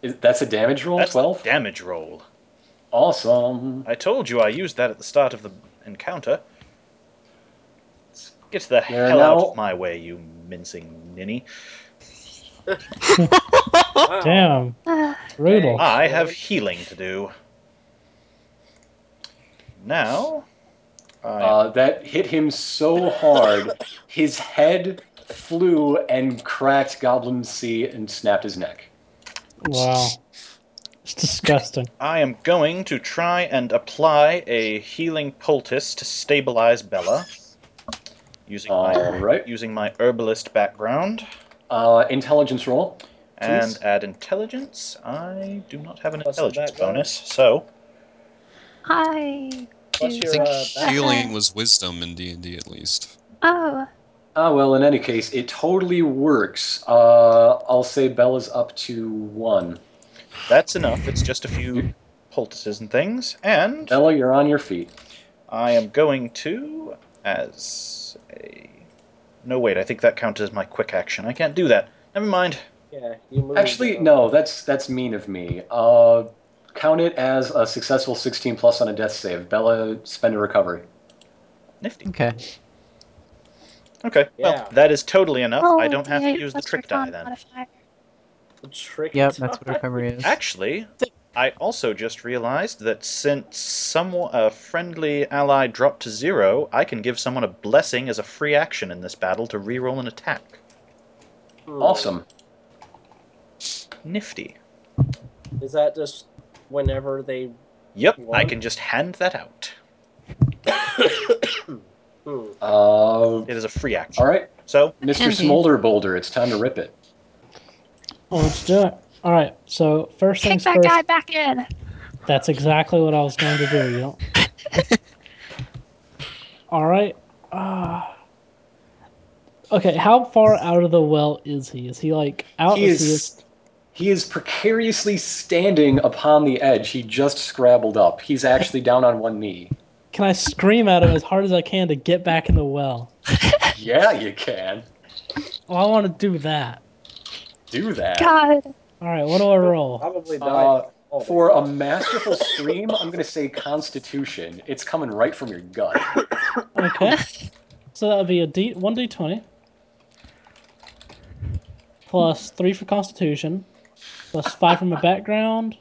Speaker 2: Is, that's a damage roll.
Speaker 1: That's the
Speaker 2: Twelve.
Speaker 1: damage roll.
Speaker 2: Awesome.
Speaker 1: I told you I used that at the start of the encounter. Get the
Speaker 2: You're
Speaker 1: hell out
Speaker 2: now-
Speaker 1: of my way, you mincing ninny.
Speaker 2: Oh,
Speaker 8: Wow.
Speaker 7: Damn.
Speaker 6: Uh,
Speaker 7: Brutal.
Speaker 1: I have healing to do. Now, I
Speaker 2: Uh, that hit him so hard, his head flew and cracked Goblin C and snapped his neck.
Speaker 7: Wow. It's disgusting.
Speaker 1: I am going to try and apply a healing poultice to stabilize Bella. Using my
Speaker 2: All right.
Speaker 1: using my herbalist background
Speaker 2: Uh, intelligence roll.
Speaker 1: and
Speaker 2: Please.
Speaker 1: add intelligence. I do not have an
Speaker 8: Plus the
Speaker 1: intelligence
Speaker 8: background.
Speaker 1: bonus, so
Speaker 6: I
Speaker 8: Plus
Speaker 6: do.
Speaker 8: your uh, back-
Speaker 3: Healing was wisdom in D and D at least.
Speaker 6: Oh,
Speaker 2: Ah, well, in any case, it totally works. Uh, I'll say Bella's up to one.
Speaker 1: that's enough. It's just a few poultices and things, and
Speaker 2: Bella, you're on your feet.
Speaker 1: I am going to as a no wait. I think that counted as my quick action. I can't do that. Never mind.
Speaker 8: yeah, you moved,
Speaker 2: Actually,
Speaker 8: uh,
Speaker 2: no, that's that's mean of me. Uh, count it as a successful 16 plus on a death save. Bella, spend a recovery.
Speaker 1: Nifty.
Speaker 5: okay
Speaker 1: Okay.
Speaker 8: Yeah.
Speaker 1: Well, that is totally enough. I
Speaker 6: oh,
Speaker 1: don't have
Speaker 6: yeah,
Speaker 1: to
Speaker 6: your
Speaker 1: use the
Speaker 6: plus
Speaker 1: trick die
Speaker 6: recon
Speaker 1: then.
Speaker 6: modifier.
Speaker 8: the trick.
Speaker 5: yep that's what
Speaker 8: time.
Speaker 5: recovery is
Speaker 1: Actually, I also just realized that since someone a friendly ally dropped to zero, I can give someone a blessing as a free action in this battle to reroll an attack.
Speaker 8: Hmm.
Speaker 2: Awesome.
Speaker 1: Nifty.
Speaker 8: Is that just whenever they?
Speaker 1: Yep,
Speaker 8: You
Speaker 1: I
Speaker 8: want-
Speaker 1: can just hand that out.
Speaker 8: Hmm.
Speaker 2: Uh,
Speaker 1: It is a free action.
Speaker 2: all right,
Speaker 1: So
Speaker 2: Mr.
Speaker 4: Okay.
Speaker 2: Smolder Boulder, it's time to rip it.
Speaker 7: Well, let's do it. All right. So first
Speaker 6: Kick
Speaker 7: things
Speaker 6: that
Speaker 7: first.
Speaker 6: guy back in.
Speaker 7: That's exactly what I was going to do. You know. All right. Uh, okay. How far out of the well is he? Is he like out?
Speaker 2: He
Speaker 7: is, he
Speaker 2: is he is precariously standing upon the edge. He just scrabbled up. He's actually down on one knee.
Speaker 7: Can I scream at him as hard as I can to get back in the well?
Speaker 2: Yeah, you can
Speaker 7: Well, I want to do that.
Speaker 2: do that.
Speaker 6: God.
Speaker 7: All right. What do I roll?
Speaker 8: Probably died.
Speaker 2: Uh,
Speaker 8: Oh,
Speaker 2: for a masterful stream, I'm gonna say Constitution. It's coming right from your gut.
Speaker 7: Okay. So that would be a D one D twenty plus three for Constitution, plus five from my background,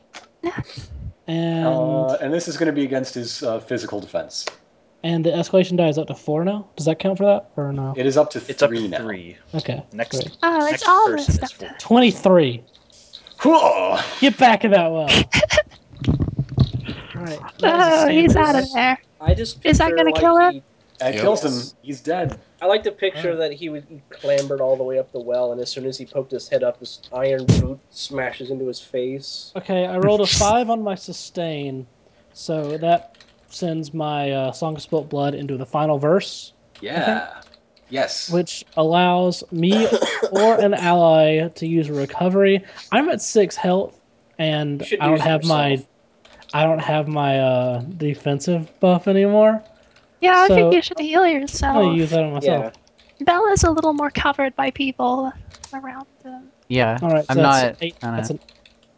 Speaker 7: and
Speaker 2: Uh, and this is gonna be against his uh, physical defense.
Speaker 7: and the escalation die is up to four now. Does that count for that or no?
Speaker 2: It is up to
Speaker 1: it's up
Speaker 2: three
Speaker 1: to
Speaker 2: now.
Speaker 1: three.
Speaker 7: Okay.
Speaker 1: Next,
Speaker 7: great.
Speaker 6: Oh,
Speaker 1: next
Speaker 6: it's all
Speaker 1: person
Speaker 6: this
Speaker 1: is
Speaker 6: stuff.
Speaker 1: four.
Speaker 7: Twenty three.
Speaker 2: Whoa!
Speaker 7: Get back in that well. All right. that was a
Speaker 6: Oh,
Speaker 7: standard.
Speaker 6: he's out of there.
Speaker 8: I just
Speaker 6: Is that
Speaker 8: picture,
Speaker 6: gonna
Speaker 8: like,
Speaker 6: kill him?
Speaker 8: He
Speaker 2: That
Speaker 3: Yep.
Speaker 2: kills him. He's dead.
Speaker 8: I like to picture that he would he clambered all the way up the well, and as soon as he poked his head up, his iron boot smashes into his face.
Speaker 7: Okay, I rolled a five on my sustain, so that sends my uh, Song of Spilt Blood into the final verse,
Speaker 2: Yeah. Yes.
Speaker 7: which allows me or an ally to use a recovery. I'm at six health, and
Speaker 8: You should
Speaker 7: I don't
Speaker 8: use it
Speaker 7: have my,
Speaker 8: yourself.
Speaker 7: I don't have my uh, defensive buff anymore.
Speaker 6: Yeah, I
Speaker 7: So-
Speaker 6: think you should heal
Speaker 7: I'm gonna
Speaker 6: yourself.
Speaker 7: use that on
Speaker 8: Yeah.
Speaker 7: myself.
Speaker 6: Bella's a little more covered by people around them.
Speaker 5: Yeah.
Speaker 7: All right, so
Speaker 5: I'm
Speaker 7: that's
Speaker 5: not.
Speaker 7: eight.
Speaker 5: kinda-
Speaker 7: That's an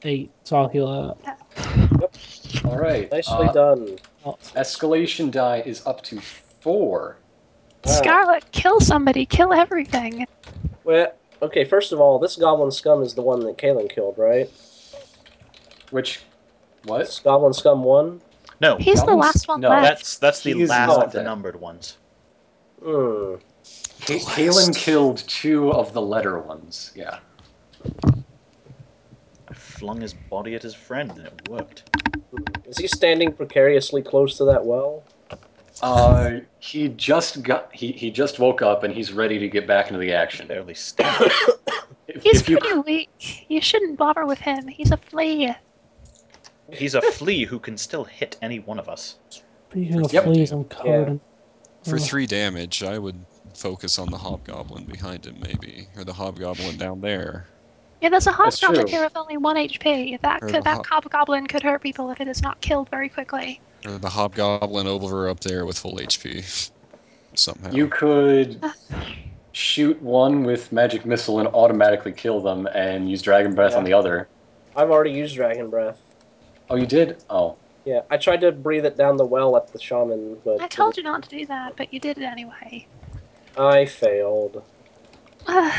Speaker 7: eight. So I'll heal up.
Speaker 2: All right.
Speaker 8: Nicely
Speaker 2: uh,
Speaker 8: done.
Speaker 2: Escalation die is up to four. Oh.
Speaker 8: Wow.
Speaker 6: Scarlet, kill somebody, kill everything.
Speaker 8: Well, okay. First of all, this goblin scum is the one that Kalen killed, right?
Speaker 2: Which, what?
Speaker 8: It's goblin scum one.
Speaker 10: No,
Speaker 6: He's the
Speaker 2: Goblins?
Speaker 6: last one
Speaker 2: No,
Speaker 6: left.
Speaker 10: that's that's the
Speaker 2: He is
Speaker 10: last
Speaker 2: not
Speaker 10: of the
Speaker 2: dead.
Speaker 10: numbered ones.
Speaker 8: Hmm.
Speaker 2: K- Kalen killed two of the letter ones. Yeah.
Speaker 10: I flung his body at his friend and it worked.
Speaker 8: Is he standing precariously close to that well?
Speaker 2: Uh, he just got. He, he just woke up and he's ready to get back into the action.
Speaker 10: Barely stabbed.
Speaker 2: If,
Speaker 6: He's
Speaker 2: if you
Speaker 6: pretty weak. You shouldn't bother with him. He's a flea.
Speaker 10: He's a flea who can still hit any one of us.
Speaker 7: Speaking of
Speaker 2: Yep.
Speaker 7: fleas, I'm covered
Speaker 8: Yeah.
Speaker 7: in.
Speaker 3: For
Speaker 7: Ugh.
Speaker 3: three damage, I would focus on the hobgoblin behind him, maybe, or the hobgoblin down there.
Speaker 6: Yeah, there's a
Speaker 2: That's
Speaker 6: hobgoblin
Speaker 2: true.
Speaker 6: here with only one HP. That
Speaker 3: Or
Speaker 6: could,
Speaker 3: the
Speaker 6: that
Speaker 3: hob-
Speaker 6: hobgoblin could hurt people if it is not killed very quickly.
Speaker 3: Or the hobgoblin over up there with full HP. Somehow.
Speaker 2: You could shoot one with magic missile and automatically kill them, and use dragon breath on the other.
Speaker 8: I've already used dragon breath.
Speaker 2: Oh, you did? Oh,
Speaker 8: Yeah, I tried to breathe it down the well at the shaman, but
Speaker 6: I told you not to do that, but you did it anyway.
Speaker 8: I failed.
Speaker 6: Ugh,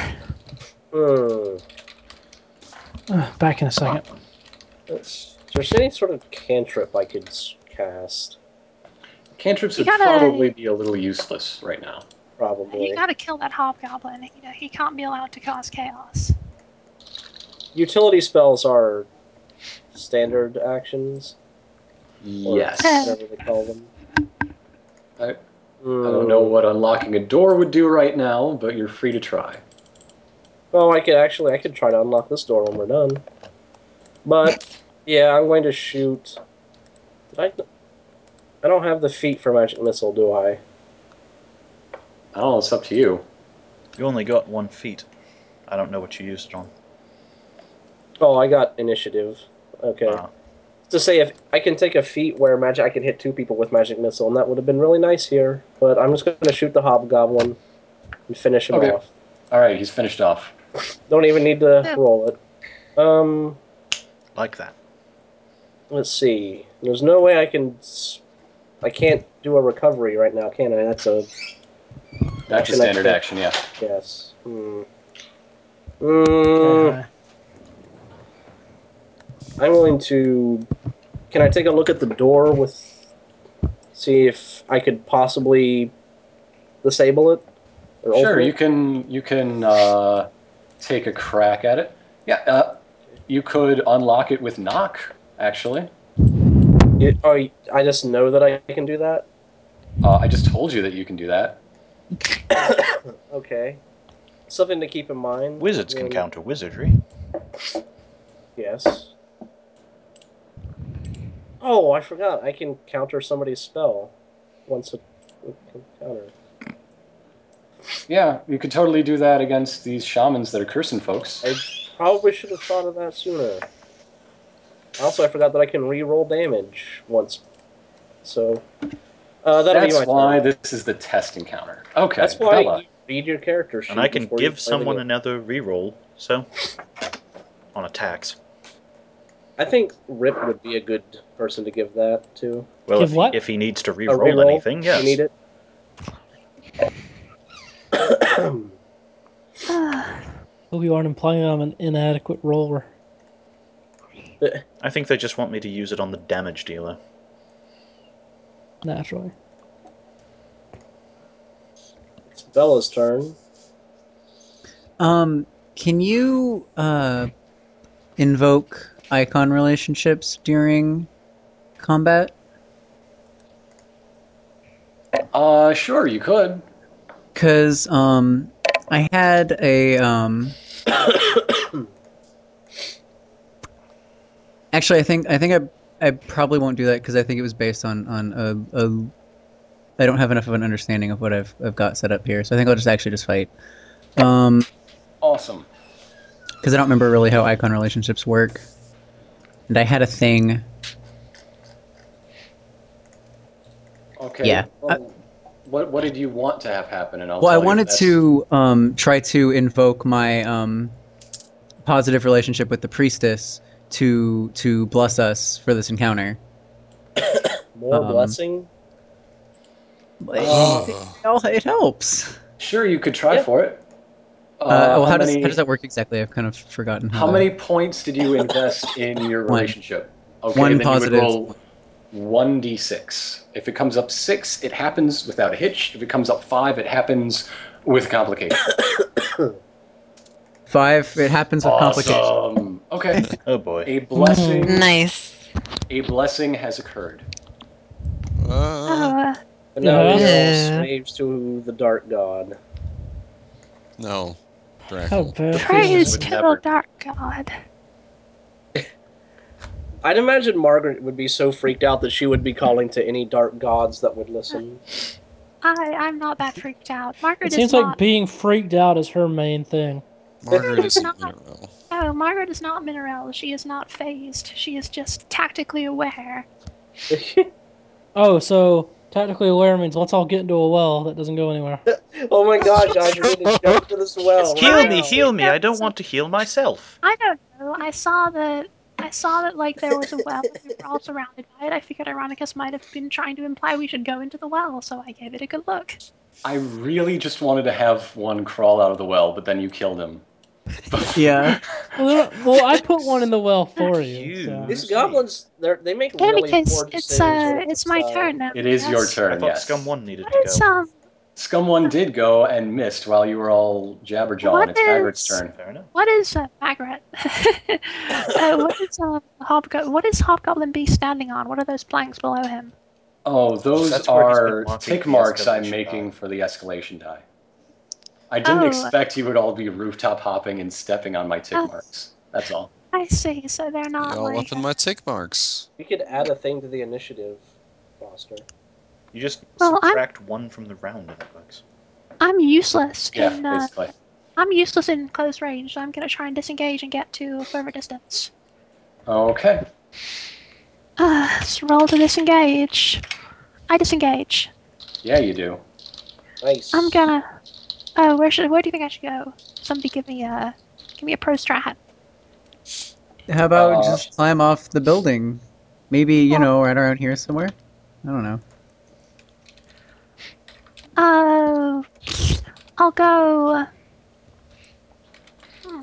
Speaker 8: Hmm.
Speaker 7: Ugh, uh, Back in a second.
Speaker 8: Is there any sort of cantrip I could s- cast?
Speaker 2: cantrips
Speaker 6: You
Speaker 2: would
Speaker 6: gotta-
Speaker 2: probably be a little useless right now.
Speaker 8: Probably.
Speaker 6: you gotta kill that hobgoblin. You know, he can't be allowed to cause chaos.
Speaker 8: Utility spells are standard actions. or
Speaker 2: Yes.
Speaker 8: Whatever they call them. Hmm.
Speaker 2: I, I don't know what unlocking a door would do right now, but you're free to try.
Speaker 8: Oh, I could actually, I could try to unlock this door when we're done. But yeah, I'm going to shoot. Did I? I don't have the feet for magic missile, do I?
Speaker 2: I don't know, Oh, it's up to you.
Speaker 10: You only got one feet. I don't know what you used on.
Speaker 8: Oh, I got initiative. Okay.
Speaker 1: Oh.
Speaker 10: Ah.
Speaker 8: To say if I can take a feat where magic, I can hit two people with magic missile, and that would have been really nice here. But I'm just going to shoot the hobgoblin and finish him
Speaker 2: Okay.
Speaker 8: off.
Speaker 2: All right, he's finished off.
Speaker 8: Don't even need to
Speaker 6: Yeah.
Speaker 8: roll it. Um,
Speaker 10: Like that.
Speaker 8: let's see. There's no way I can. s- I can't do a recovery right now, can I? That's a
Speaker 2: That's a
Speaker 8: Action,
Speaker 2: standard action,
Speaker 8: action.
Speaker 2: yeah.
Speaker 8: Yes. Hmm. Mm, I'm willing to. Can I take a look at the door with. See if I could possibly disable it? Or
Speaker 2: Sure,
Speaker 8: open
Speaker 2: you
Speaker 8: it?
Speaker 2: can you can uh, take a crack at it. Yeah, uh, you could unlock it with knock. Actually,
Speaker 8: You- oh, y- I just know that I can do that?
Speaker 2: uh, I just told you that you can do that.
Speaker 8: Okay. Something to keep in mind.
Speaker 10: Wizards can
Speaker 8: Then-
Speaker 10: counter wizardry.
Speaker 8: Yes. Oh, I forgot. I can counter somebody's spell once a counter.
Speaker 2: Yeah, you could totally do that against these shamans that are cursing folks.
Speaker 8: I probably should have thought of that sooner. Also, I forgot that I can re-roll damage once. So uh, that'll be
Speaker 2: That's
Speaker 8: my
Speaker 2: why
Speaker 8: turn.
Speaker 2: this is the test encounter. Okay,
Speaker 8: That's why
Speaker 2: Bella.
Speaker 8: you read your character sheet.
Speaker 10: And I can
Speaker 8: before you play
Speaker 10: give
Speaker 8: the
Speaker 10: someone
Speaker 8: game.
Speaker 10: another reroll, so. On attacks.
Speaker 8: I think Rip would be a good person to give that to.
Speaker 10: Well,
Speaker 7: Give
Speaker 10: if,
Speaker 7: what?
Speaker 10: He, if he needs to
Speaker 8: A
Speaker 10: reroll,
Speaker 8: reroll,
Speaker 10: anything,
Speaker 8: if
Speaker 10: yes.
Speaker 8: You need it.
Speaker 6: Ugh,
Speaker 7: Hope you aren't implying I'm an inadequate roller.
Speaker 10: I think they just want me to use it on the damage dealer.
Speaker 7: Naturally.
Speaker 8: It's Bella's turn.
Speaker 5: Um, can you uh, invoke icon relationships during combat?
Speaker 2: Uh, sure, you could.
Speaker 5: Cause um, I had a um. actually, I think I think I I probably won't do that because I think it was based on on a, a. I don't have enough of an understanding of what I've I've got set up here, so I think I'll just actually just fight. Um,
Speaker 2: Awesome.
Speaker 5: because I don't remember really how icon relationships work. And I had a thing.
Speaker 2: Okay.
Speaker 5: Yeah.
Speaker 2: well, what What did you want to have happen? And I'll
Speaker 5: Well, I
Speaker 2: tell you if
Speaker 5: wanted
Speaker 2: that's-
Speaker 5: to um, try to invoke my um, positive relationship with the priestess to to bless us for this encounter.
Speaker 8: More
Speaker 5: Um,
Speaker 8: blessing.
Speaker 3: Ugh.
Speaker 5: Well, it helps.
Speaker 2: Sure, you could try
Speaker 8: Yeah.
Speaker 2: for it. Uh,
Speaker 5: Uh, well, how, does,
Speaker 2: many-
Speaker 5: how does that work exactly? I've kind of forgotten. How,
Speaker 2: How
Speaker 5: that-
Speaker 2: many points did you invest in your
Speaker 5: Uh, One.
Speaker 2: relationship? Okay,
Speaker 5: One
Speaker 2: then
Speaker 5: positive.
Speaker 2: you would roll one d six. If it comes up six, it happens without a hitch. If it comes up five, it happens with complication.
Speaker 5: Five. It happens with complications.
Speaker 2: awesome. Okay,
Speaker 10: Oh boy.
Speaker 5: Mm.
Speaker 2: a blessing.
Speaker 4: Nice.
Speaker 2: A blessing has occred.
Speaker 3: Uh,
Speaker 6: Uh,
Speaker 8: And now we are all
Speaker 4: Yeah.
Speaker 8: slaves to the dark god.
Speaker 3: no.
Speaker 7: How
Speaker 3: Drackle.
Speaker 7: bad
Speaker 6: praise
Speaker 7: is
Speaker 2: would
Speaker 6: to
Speaker 2: never-
Speaker 6: the dark god.
Speaker 8: I'd imagine Margaret would be so freaked out that she would be calling to any dark gods that would listen.
Speaker 6: I, I'm not that freaked out.
Speaker 7: it
Speaker 6: Margaret
Speaker 7: seems
Speaker 6: is not.
Speaker 7: like being freaked out is her main thing.
Speaker 3: Margaret
Speaker 6: it's
Speaker 3: is a
Speaker 6: not.
Speaker 3: mineral.
Speaker 6: No, Margaret is not mineral. She is not phased. She is just tactically aware.
Speaker 7: Oh, so tactically aware means let's all get into a well that doesn't go anywhere.
Speaker 8: oh my god, guys, we need to jump to this well. right
Speaker 10: Heal me,
Speaker 8: now.
Speaker 10: heal me. I don't want to heal myself.
Speaker 6: I don't know. I saw that. I saw that like there was a well. and we were all surrounded by it. I figured Ironicus might have been trying to imply we should go into the well, so I gave it a good look.
Speaker 2: I really just wanted to have one crawl out of the well, but then you killed him.
Speaker 5: Yeah.
Speaker 7: Well, they're not- well, I put one in the well for you. so.
Speaker 8: These goblins, they're, they make
Speaker 6: Yeah,
Speaker 8: really
Speaker 6: because
Speaker 8: poor
Speaker 6: it's
Speaker 8: decisions when
Speaker 6: uh,
Speaker 8: it
Speaker 6: it's
Speaker 8: comes
Speaker 6: my
Speaker 8: to-
Speaker 6: turn now.
Speaker 2: It is your
Speaker 6: yes?
Speaker 2: turn.
Speaker 10: I thought
Speaker 2: yes.
Speaker 10: Scum 1 needed
Speaker 6: What
Speaker 10: to
Speaker 6: is
Speaker 10: go.
Speaker 6: um?
Speaker 2: Scum one did go and missed while you were all jabberjawing.
Speaker 6: What
Speaker 2: It's Margaret's
Speaker 6: is-
Speaker 2: turn.
Speaker 10: Fair enough.
Speaker 6: What is uh, Magrat? uh, what is uh, Hobgo- What is Hobgoblin B standing on? What are those planks below him?
Speaker 2: Oh, those
Speaker 10: That's where he's been
Speaker 2: are
Speaker 10: marking
Speaker 2: tick
Speaker 10: the
Speaker 2: marks I'm
Speaker 10: escalation
Speaker 2: making
Speaker 10: die.
Speaker 2: for the escalation die. I didn't
Speaker 6: Oh.
Speaker 2: expect you would all be rooftop hopping and stepping on my tick
Speaker 6: Oh.
Speaker 2: marks. That's all.
Speaker 6: I see. So they're not
Speaker 3: Y'all
Speaker 6: like.
Speaker 3: up in my tick marks.
Speaker 8: You could add a thing to the initiative, Foster.
Speaker 10: You just
Speaker 6: Well, I'm-
Speaker 10: subtract one from the round in the books.
Speaker 6: I'm useless
Speaker 2: Yeah,
Speaker 6: in. Uh,
Speaker 2: basically.
Speaker 6: I'm useless in close range. So I'm gonna try and disengage and get to a further distance.
Speaker 2: Okay.
Speaker 6: Uh, let's roll to disengage. I disengage.
Speaker 2: Yeah, you do.
Speaker 8: Nice.
Speaker 6: I'm gonna. Oh, where should? Where do you think I should go? Somebody give me a. Give me a pro strat.
Speaker 5: How about
Speaker 2: Uh,
Speaker 5: just climb off the building? Maybe you know, right around here somewhere. I don't know.
Speaker 6: Oh, I'll go. Hmm.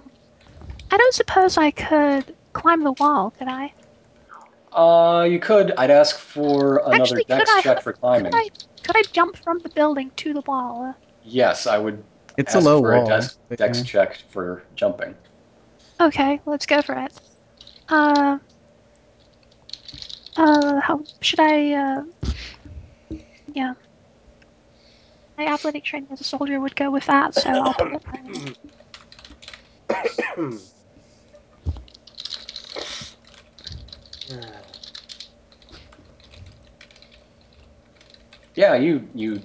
Speaker 6: I don't suppose I could climb the wall, could I?
Speaker 2: Uh, you could. I'd ask for another
Speaker 6: Actually, could
Speaker 2: dex
Speaker 6: I-
Speaker 2: check for climbing.
Speaker 6: Could I? Could I jump from the building to the wall?
Speaker 2: Yes, I would
Speaker 5: It's
Speaker 2: ask
Speaker 5: a low
Speaker 2: for
Speaker 5: wall.
Speaker 2: a dex,
Speaker 5: but,
Speaker 2: dex
Speaker 5: yeah.
Speaker 2: check for jumping.
Speaker 6: Okay, let's go for it. Uh. Uh, how should I? Uh, yeah. My athletic training as a soldier would go with that, so I'll put it on.
Speaker 2: Yeah, you you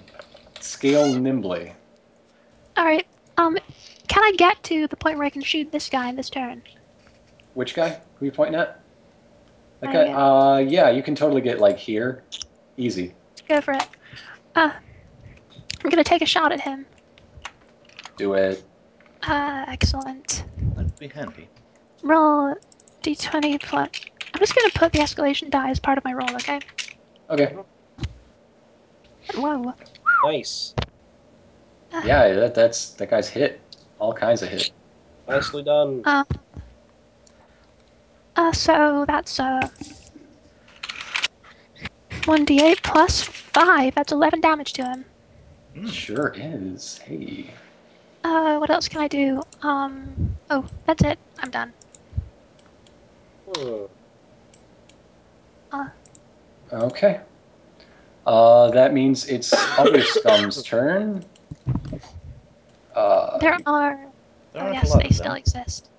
Speaker 2: scale nimbly.
Speaker 6: All right. Um, can I get to the point where I can shoot this guy this turn?
Speaker 2: Which guy? Who you pointing at? That
Speaker 6: Oh,
Speaker 2: guy?
Speaker 6: yeah.
Speaker 2: Uh, yeah, you can totally get like here, easy.
Speaker 6: Go for it. Uh, I'm gonna take a shot at him.
Speaker 2: Do it.
Speaker 6: Uh, excellent.
Speaker 10: That'd be handy.
Speaker 6: Roll d20 plus. I'm just gonna put the escalation die as part of my roll, okay?
Speaker 2: Okay.
Speaker 6: Whoa.
Speaker 8: Nice.
Speaker 2: Yeah, that, that's that guy's hit. All kinds of hit.
Speaker 8: Nicely done.
Speaker 6: Uh, uh, so that's uh, 1d8 plus 5. That's 11 damage to him.
Speaker 3: Hmm.
Speaker 2: Sure is. Hey.
Speaker 6: Uh, what else can I do? Um, oh, that's it. I'm done.
Speaker 8: Hmm.
Speaker 2: Okay. Uh, that means it's other scum's turn. Uh,
Speaker 6: There are.
Speaker 1: There
Speaker 6: oh,
Speaker 1: aren't a
Speaker 6: yes,
Speaker 1: lot
Speaker 6: they
Speaker 1: of
Speaker 6: still
Speaker 1: them.
Speaker 6: exist.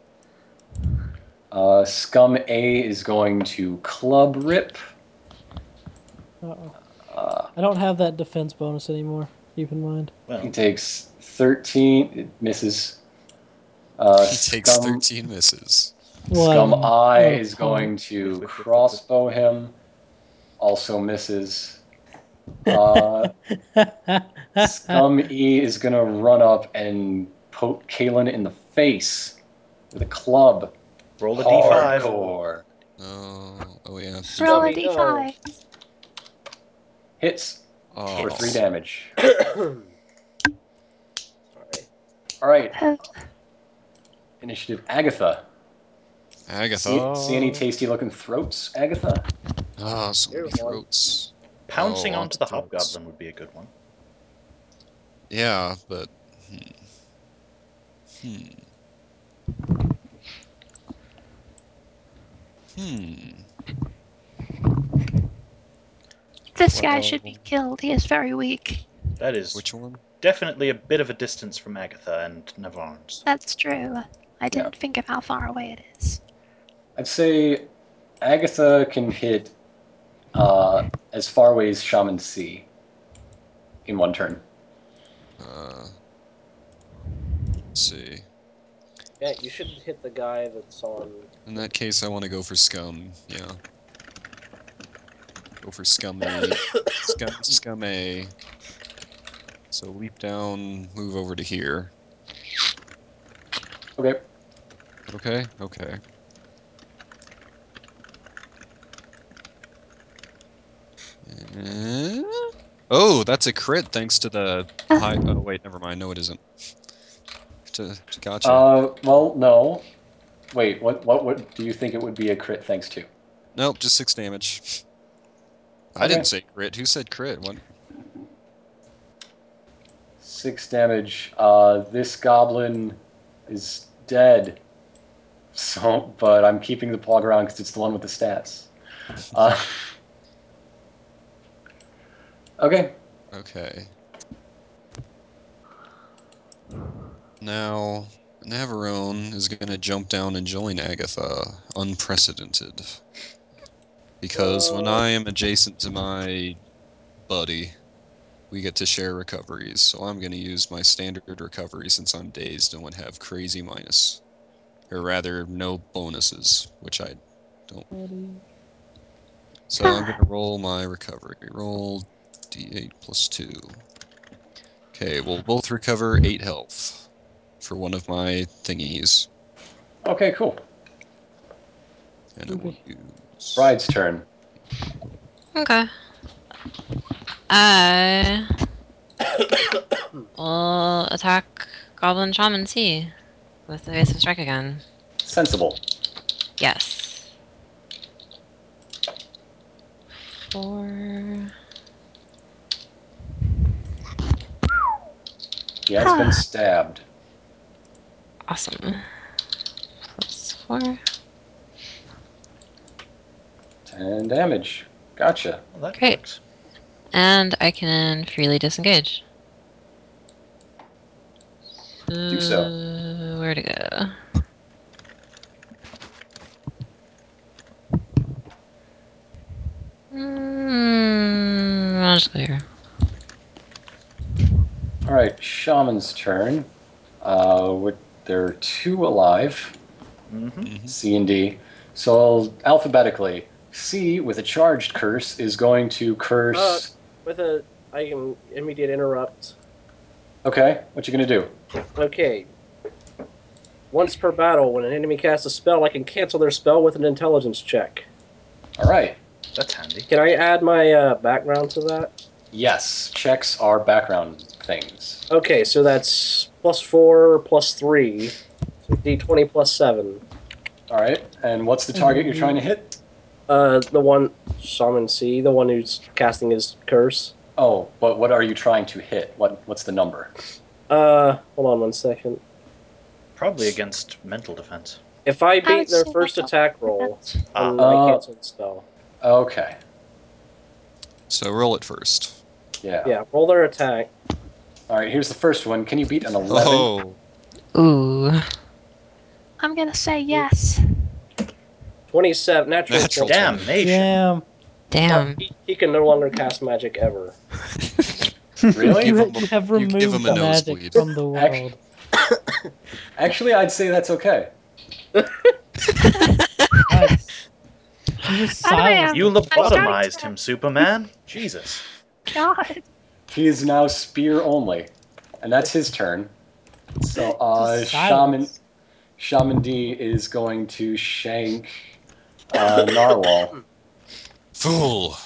Speaker 2: uh, scum A is going to club rip.
Speaker 7: Uh-oh.
Speaker 2: Uh,
Speaker 7: I don't have that defense bonus anymore. Keep in mind.
Speaker 1: Well,
Speaker 2: he takes 13. It misses. Uh,
Speaker 3: he takes
Speaker 2: scum,
Speaker 3: 13 misses.
Speaker 2: Scum
Speaker 7: One.
Speaker 2: I
Speaker 7: Oh,
Speaker 2: is going to crossbow him. Also misses. Uh, Scum E is gonna run up and poke Kalen in the face with a club.
Speaker 1: roll a d5.
Speaker 2: Hardcore
Speaker 3: No. Oh, yeah.
Speaker 6: Roll a
Speaker 8: dummy, no.
Speaker 6: d5.
Speaker 2: hits
Speaker 3: Oh.
Speaker 2: for three damage.
Speaker 8: Sorry.
Speaker 2: All right,
Speaker 6: Uh,
Speaker 2: initiative Agatha.
Speaker 3: Agatha.
Speaker 2: See, see any tasty looking throats, Agatha?
Speaker 3: Oh, so many
Speaker 8: Here's one.
Speaker 3: throats.
Speaker 1: Pouncing
Speaker 3: Oh,
Speaker 1: onto the
Speaker 3: lots of throats.
Speaker 1: hobgoblin would be a good one.
Speaker 3: Yeah, but. Hmm. Hmm. Hmm.
Speaker 6: This guy
Speaker 3: Well-
Speaker 6: should be killed. He is very weak.
Speaker 1: That is
Speaker 3: Which one?
Speaker 1: definitely a bit of a distance from Agatha and Navarne's.
Speaker 6: That's true. I didn't think of how far away it is.
Speaker 2: I'd say Agatha can hit uh, as far away as Shaman C in one turn.
Speaker 3: Uh, let's see.
Speaker 8: Yeah, you should hit the guy that's on.
Speaker 3: In that case, I want to go for scum. Yeah. Go for scum A. scum, scum A. So leap down, move over to here.
Speaker 2: Okay,
Speaker 3: Okay, okay. Uh, Oh, that's a crit thanks to the high. Oh, wait, never mind. No, it isn't. To, to gotcha.
Speaker 2: uh, well, no. Wait, what, what, what do you think it would be a crit thanks to?
Speaker 3: nope, just six damage. I
Speaker 2: Okay.
Speaker 3: didn't say crit. Who said crit? What?
Speaker 2: Six damage. Uh, this goblin is dead. So, but I'm keeping the pog around because it's the one with the stats. Uh, okay.
Speaker 3: Okay. Now, Navarone is going to jump down and join Agatha. Unprecedented. Because when
Speaker 8: Whoa.
Speaker 3: I am adjacent to my buddy, we get to share recoveries. So I'm going to use my standard recovery since I'm dazed and would have crazy minus. Or rather, no bonuses, which I don't. So I'm going to roll my recovery. Roll d8 plus 2. Okay, we'll both recover 8 health for one of my thingies.
Speaker 2: Okay, cool.
Speaker 3: And I will
Speaker 7: Okay.
Speaker 3: use.
Speaker 2: Bride's turn.
Speaker 4: Okay. I will attack Goblin Shaman C with evasive strike again.
Speaker 2: Sensible.
Speaker 4: Yes. Four.
Speaker 2: He has been stabbed.
Speaker 4: Awesome. Plus four.
Speaker 2: Ten damage. Gotcha.
Speaker 1: Well, that
Speaker 4: Great.
Speaker 1: works.
Speaker 4: And I can freely disengage. Do
Speaker 2: so.
Speaker 4: Where to Uh, go? Mm, I'll just go here.
Speaker 2: All right, Shaman's turn. Uh, with, there are two alive.
Speaker 1: hmm
Speaker 2: C and D. So alphabetically, C with a charged curse is going to curse.
Speaker 8: With a, I can immediate interrupt.
Speaker 2: okay, what you gonna do?
Speaker 8: Okay. Once per battle, when an enemy casts a spell, I can cancel their spell with an intelligence check.
Speaker 2: All right.
Speaker 1: That's handy.
Speaker 8: Can I add my uh, background to that?
Speaker 2: Yes, checks are background things.
Speaker 8: Okay, so that's plus four, plus three, so d20 plus seven.
Speaker 2: All right. And what's the target you're trying to hit?
Speaker 8: Uh, the one Shaman C, the one who's casting his curse.
Speaker 2: Oh, but what are you trying to hit? What What's the number?
Speaker 8: Uh, hold on one second.
Speaker 1: Probably against mental defense. Ah,
Speaker 8: If I
Speaker 6: I would
Speaker 8: beat their
Speaker 6: say
Speaker 8: first
Speaker 6: that's
Speaker 8: attack roll,
Speaker 6: That's-
Speaker 8: then
Speaker 2: Ah.
Speaker 8: I
Speaker 2: Oh.
Speaker 8: cancel the spell.
Speaker 2: Okay.
Speaker 3: So roll it first.
Speaker 2: Yeah.
Speaker 8: Yeah, roll their attack.
Speaker 2: All right, here's the first one. Can you beat an 11?
Speaker 3: Oh,
Speaker 4: Ooh.
Speaker 6: I'm gonna say yes.
Speaker 8: 27, natural.
Speaker 3: Natural.
Speaker 8: 20.
Speaker 1: Damnation.
Speaker 5: Damn.
Speaker 4: Damn.
Speaker 8: He, he can no longer cast magic ever.
Speaker 2: Really?
Speaker 3: Give
Speaker 7: You,
Speaker 3: him a-
Speaker 7: you have
Speaker 3: you give
Speaker 7: removed
Speaker 3: him a
Speaker 7: the magic
Speaker 3: nosebleed.
Speaker 7: from the world.
Speaker 2: Actually- Actually, I'd say that's okay.
Speaker 7: Nice. You just
Speaker 6: I am-
Speaker 7: silent.
Speaker 1: You
Speaker 6: starting
Speaker 1: lobotomized
Speaker 6: to-
Speaker 1: him, Superman. Jesus.
Speaker 6: God.
Speaker 2: He is now spear only, and that's his turn. So uh,
Speaker 7: Just
Speaker 2: shaman,
Speaker 7: silence.
Speaker 2: shaman D is going to shank uh, narwhal.
Speaker 3: fool.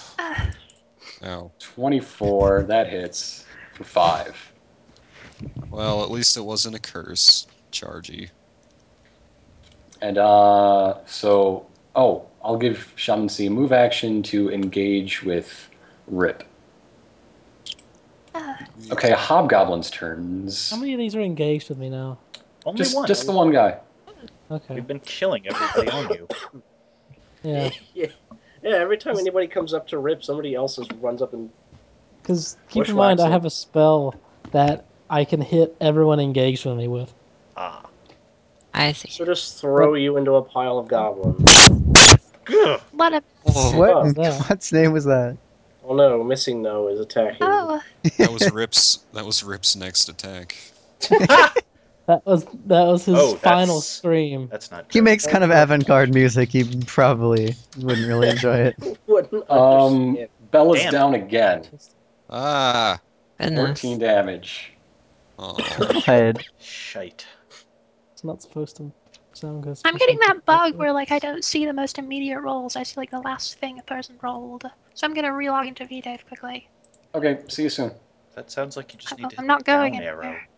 Speaker 3: Oh,
Speaker 2: Twenty-four. That hits for five.
Speaker 3: well, at least it wasn't a curse, Chargy.
Speaker 2: And uh, so, oh, I'll give shaman C a move action to engage with Rip. Okay, hobgoblin's turns.
Speaker 7: How many of these are engaged with me now?
Speaker 1: Only
Speaker 2: Just,
Speaker 1: one.
Speaker 2: just the one guy.
Speaker 7: Okay.
Speaker 1: We've been killing everybody on you.
Speaker 7: Yeah.
Speaker 8: Yeah, every time anybody comes up to rip, somebody else just runs up and.
Speaker 7: Because keep in
Speaker 8: Bushwhack
Speaker 7: mind, I
Speaker 8: it.
Speaker 7: have a spell that I can hit everyone engaged with me with.
Speaker 1: Ah.
Speaker 4: I see.
Speaker 8: So just throw you into a pile of goblins.
Speaker 1: Gah.
Speaker 6: What a
Speaker 8: Oh,
Speaker 7: in
Speaker 5: What?
Speaker 7: that?
Speaker 5: What's name was that?
Speaker 8: Oh no, missing no is attacking.
Speaker 6: oh.
Speaker 3: That was Rip's. that was Rip's next attack.
Speaker 7: That was that was his
Speaker 1: Oh, that's-
Speaker 7: final scream.
Speaker 1: That's not
Speaker 5: He
Speaker 1: good.
Speaker 5: makes kind of avant-garde music. He probably wouldn't really enjoy it.
Speaker 8: Wouldn't
Speaker 2: Um,
Speaker 8: understand.
Speaker 2: Bella's
Speaker 1: Damn.
Speaker 2: down again.
Speaker 3: Ah.
Speaker 4: Goodness.
Speaker 2: 14 damage.
Speaker 3: Oh.
Speaker 5: God.
Speaker 1: Shite.
Speaker 7: It's not supposed to sound good.
Speaker 6: I'm getting that bug where like I don't see the most immediate rolls. I see like the last thing a person rolled. So I'm gonna relog into VDave quickly.
Speaker 2: Okay, see you soon.
Speaker 1: That sounds like you just need to
Speaker 6: I'm
Speaker 1: hit
Speaker 6: not
Speaker 1: the down
Speaker 6: going
Speaker 1: arrow.
Speaker 6: anywhere.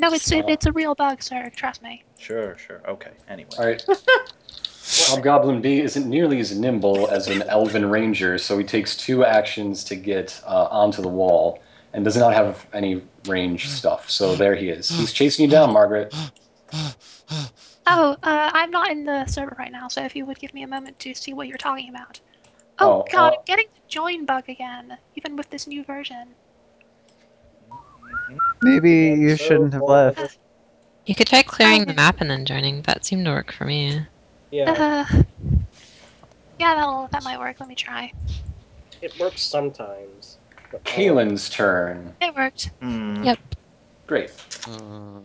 Speaker 6: No, it's
Speaker 2: Stop.
Speaker 6: it's a real bug, sir. Trust me.
Speaker 1: Sure, sure. Okay. Anyway.
Speaker 2: All right. Hobgoblin B isn't nearly as nimble as an elven ranger, so he takes two actions to get uh, onto the wall and does not have any range stuff. So there he is. He's chasing you down, Margaret.
Speaker 6: Oh, uh, I'm not in the server right now, so if you would give me a moment to see what you're talking about.
Speaker 2: Oh,
Speaker 6: Oh, God,
Speaker 2: uh,
Speaker 6: I'm getting the join bug again, even with this new version.
Speaker 5: Maybe you
Speaker 8: So,
Speaker 5: shouldn't have
Speaker 8: well,
Speaker 5: left.
Speaker 4: You could try clearing the
Speaker 6: Okay.
Speaker 4: map and then joining. That seemed to work for me.
Speaker 8: Yeah,
Speaker 6: Uh, yeah, that'll, that might work. Let me try.
Speaker 8: it works sometimes. but- uh,
Speaker 2: Kalen's turn.
Speaker 6: It worked.
Speaker 1: Hmm.
Speaker 4: Yep.
Speaker 2: Great.
Speaker 3: Uh,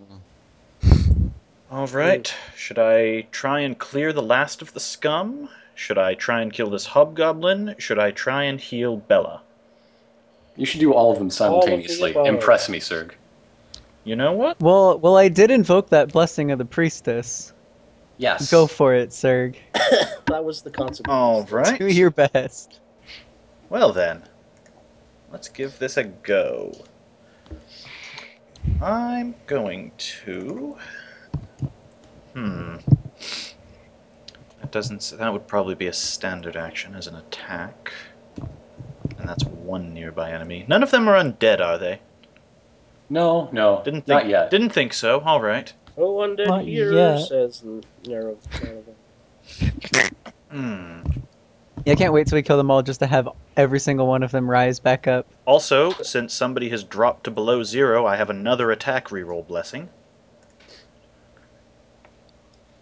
Speaker 1: All right. Should I try and clear the last of the scum? Should I try and kill this hobgoblin? Should I try and heal Bella?
Speaker 2: You should do all of them
Speaker 8: All of the
Speaker 2: simultaneously.
Speaker 8: above.
Speaker 2: Impress me, Serg.
Speaker 1: You know what?
Speaker 5: Well, well, I did invoke that blessing of the priestess.
Speaker 2: Yes.
Speaker 5: Go for it, Serg.
Speaker 8: That was the consequence.
Speaker 1: All
Speaker 5: Do
Speaker 1: right.
Speaker 5: your best.
Speaker 1: Well then, let's give this a go. I'm going to. Hmm. That doesn't. s- That would probably be a standard action as an attack. And that's one nearby enemy. None of them are undead, are they?
Speaker 2: No, no.
Speaker 1: Didn't think,
Speaker 2: not yet.
Speaker 1: Didn't think so. All right.
Speaker 5: Oh.
Speaker 8: No one did
Speaker 7: Not
Speaker 8: here,
Speaker 7: yet.
Speaker 8: says the narrow. narrow-
Speaker 1: Hmm.
Speaker 5: Yeah, I can't wait till we kill them all just to have every single one of them rise back up.
Speaker 1: Also, since somebody has dropped to below zero, I have another attack reroll blessing.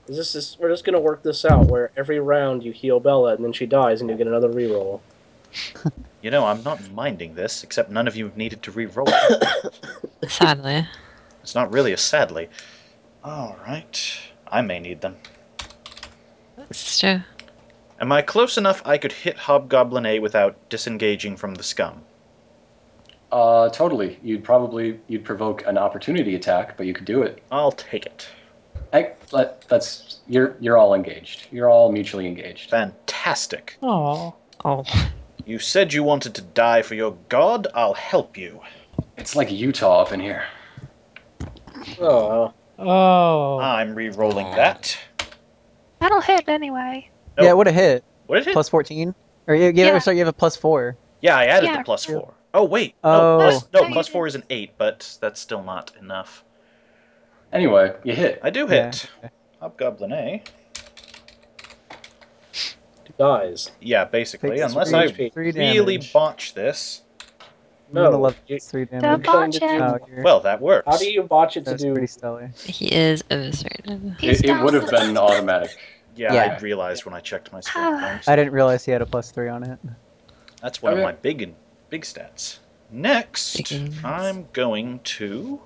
Speaker 8: Is this is we're just gonna work this out where every round you heal Bella and then she dies and you get another reroll.
Speaker 1: You know, I'm not minding this, except none of you have needed to reroll.
Speaker 4: Sadly.
Speaker 1: It's not really a sadly. All right. I may need them.
Speaker 4: It's true.
Speaker 1: Am I close enough I could hit Hobgoblin A without disengaging from the scum?
Speaker 2: Uh, totally. You'd probably you'd provoke an opportunity attack, but you could do it.
Speaker 1: I'll take it.
Speaker 2: I, that, that's you're you're all engaged. You're all mutually engaged.
Speaker 1: Fantastic.
Speaker 7: Oh,
Speaker 4: Oh.
Speaker 1: You said you wanted to die for your god, I'll help you.
Speaker 2: It's like Utah up in here.
Speaker 8: Oh,
Speaker 7: oh,
Speaker 2: Ah.
Speaker 1: I'm re-rolling
Speaker 3: Aw.
Speaker 1: that.
Speaker 6: That'll hit anyway.
Speaker 1: Nope.
Speaker 5: Yeah, it would have hit.
Speaker 1: What did it?
Speaker 5: Plus 14? Or yeah, yeah,
Speaker 6: Yeah.
Speaker 5: sorry, you have a plus 4.
Speaker 1: yeah, I added
Speaker 6: Yeah.
Speaker 1: the plus four. Oh wait. no,
Speaker 5: Oh.
Speaker 1: plus, no,
Speaker 6: Yeah,
Speaker 1: plus
Speaker 6: you
Speaker 1: four is an eight, but that's still not enough.
Speaker 2: Anyway, you hit.
Speaker 1: I do
Speaker 5: Yeah.
Speaker 1: hit. Hobgoblin A.
Speaker 8: dies.
Speaker 1: Yeah, basically,
Speaker 8: Takes
Speaker 1: unless
Speaker 8: three
Speaker 1: I
Speaker 8: HP. Three
Speaker 1: really
Speaker 8: damage.
Speaker 1: botch this.
Speaker 8: No,
Speaker 5: You're gonna love
Speaker 8: you-
Speaker 5: three
Speaker 8: you
Speaker 5: damage.
Speaker 8: claim
Speaker 6: botch
Speaker 8: to do-
Speaker 6: it.
Speaker 5: Wow, you're-
Speaker 1: Well, that works.
Speaker 8: How do you botch it to
Speaker 5: That's
Speaker 8: do?
Speaker 5: pretty stellar.
Speaker 4: He is eviscerated.
Speaker 6: He's
Speaker 2: It, it would have
Speaker 6: down.
Speaker 2: been automatic.
Speaker 1: Yeah,
Speaker 5: Yeah.
Speaker 1: I realized when I checked my skill points.
Speaker 5: I didn't realize he had a plus three on it.
Speaker 1: That's one
Speaker 2: Okay.
Speaker 1: of my big and big stats. Next,
Speaker 4: Big
Speaker 1: I'm going to.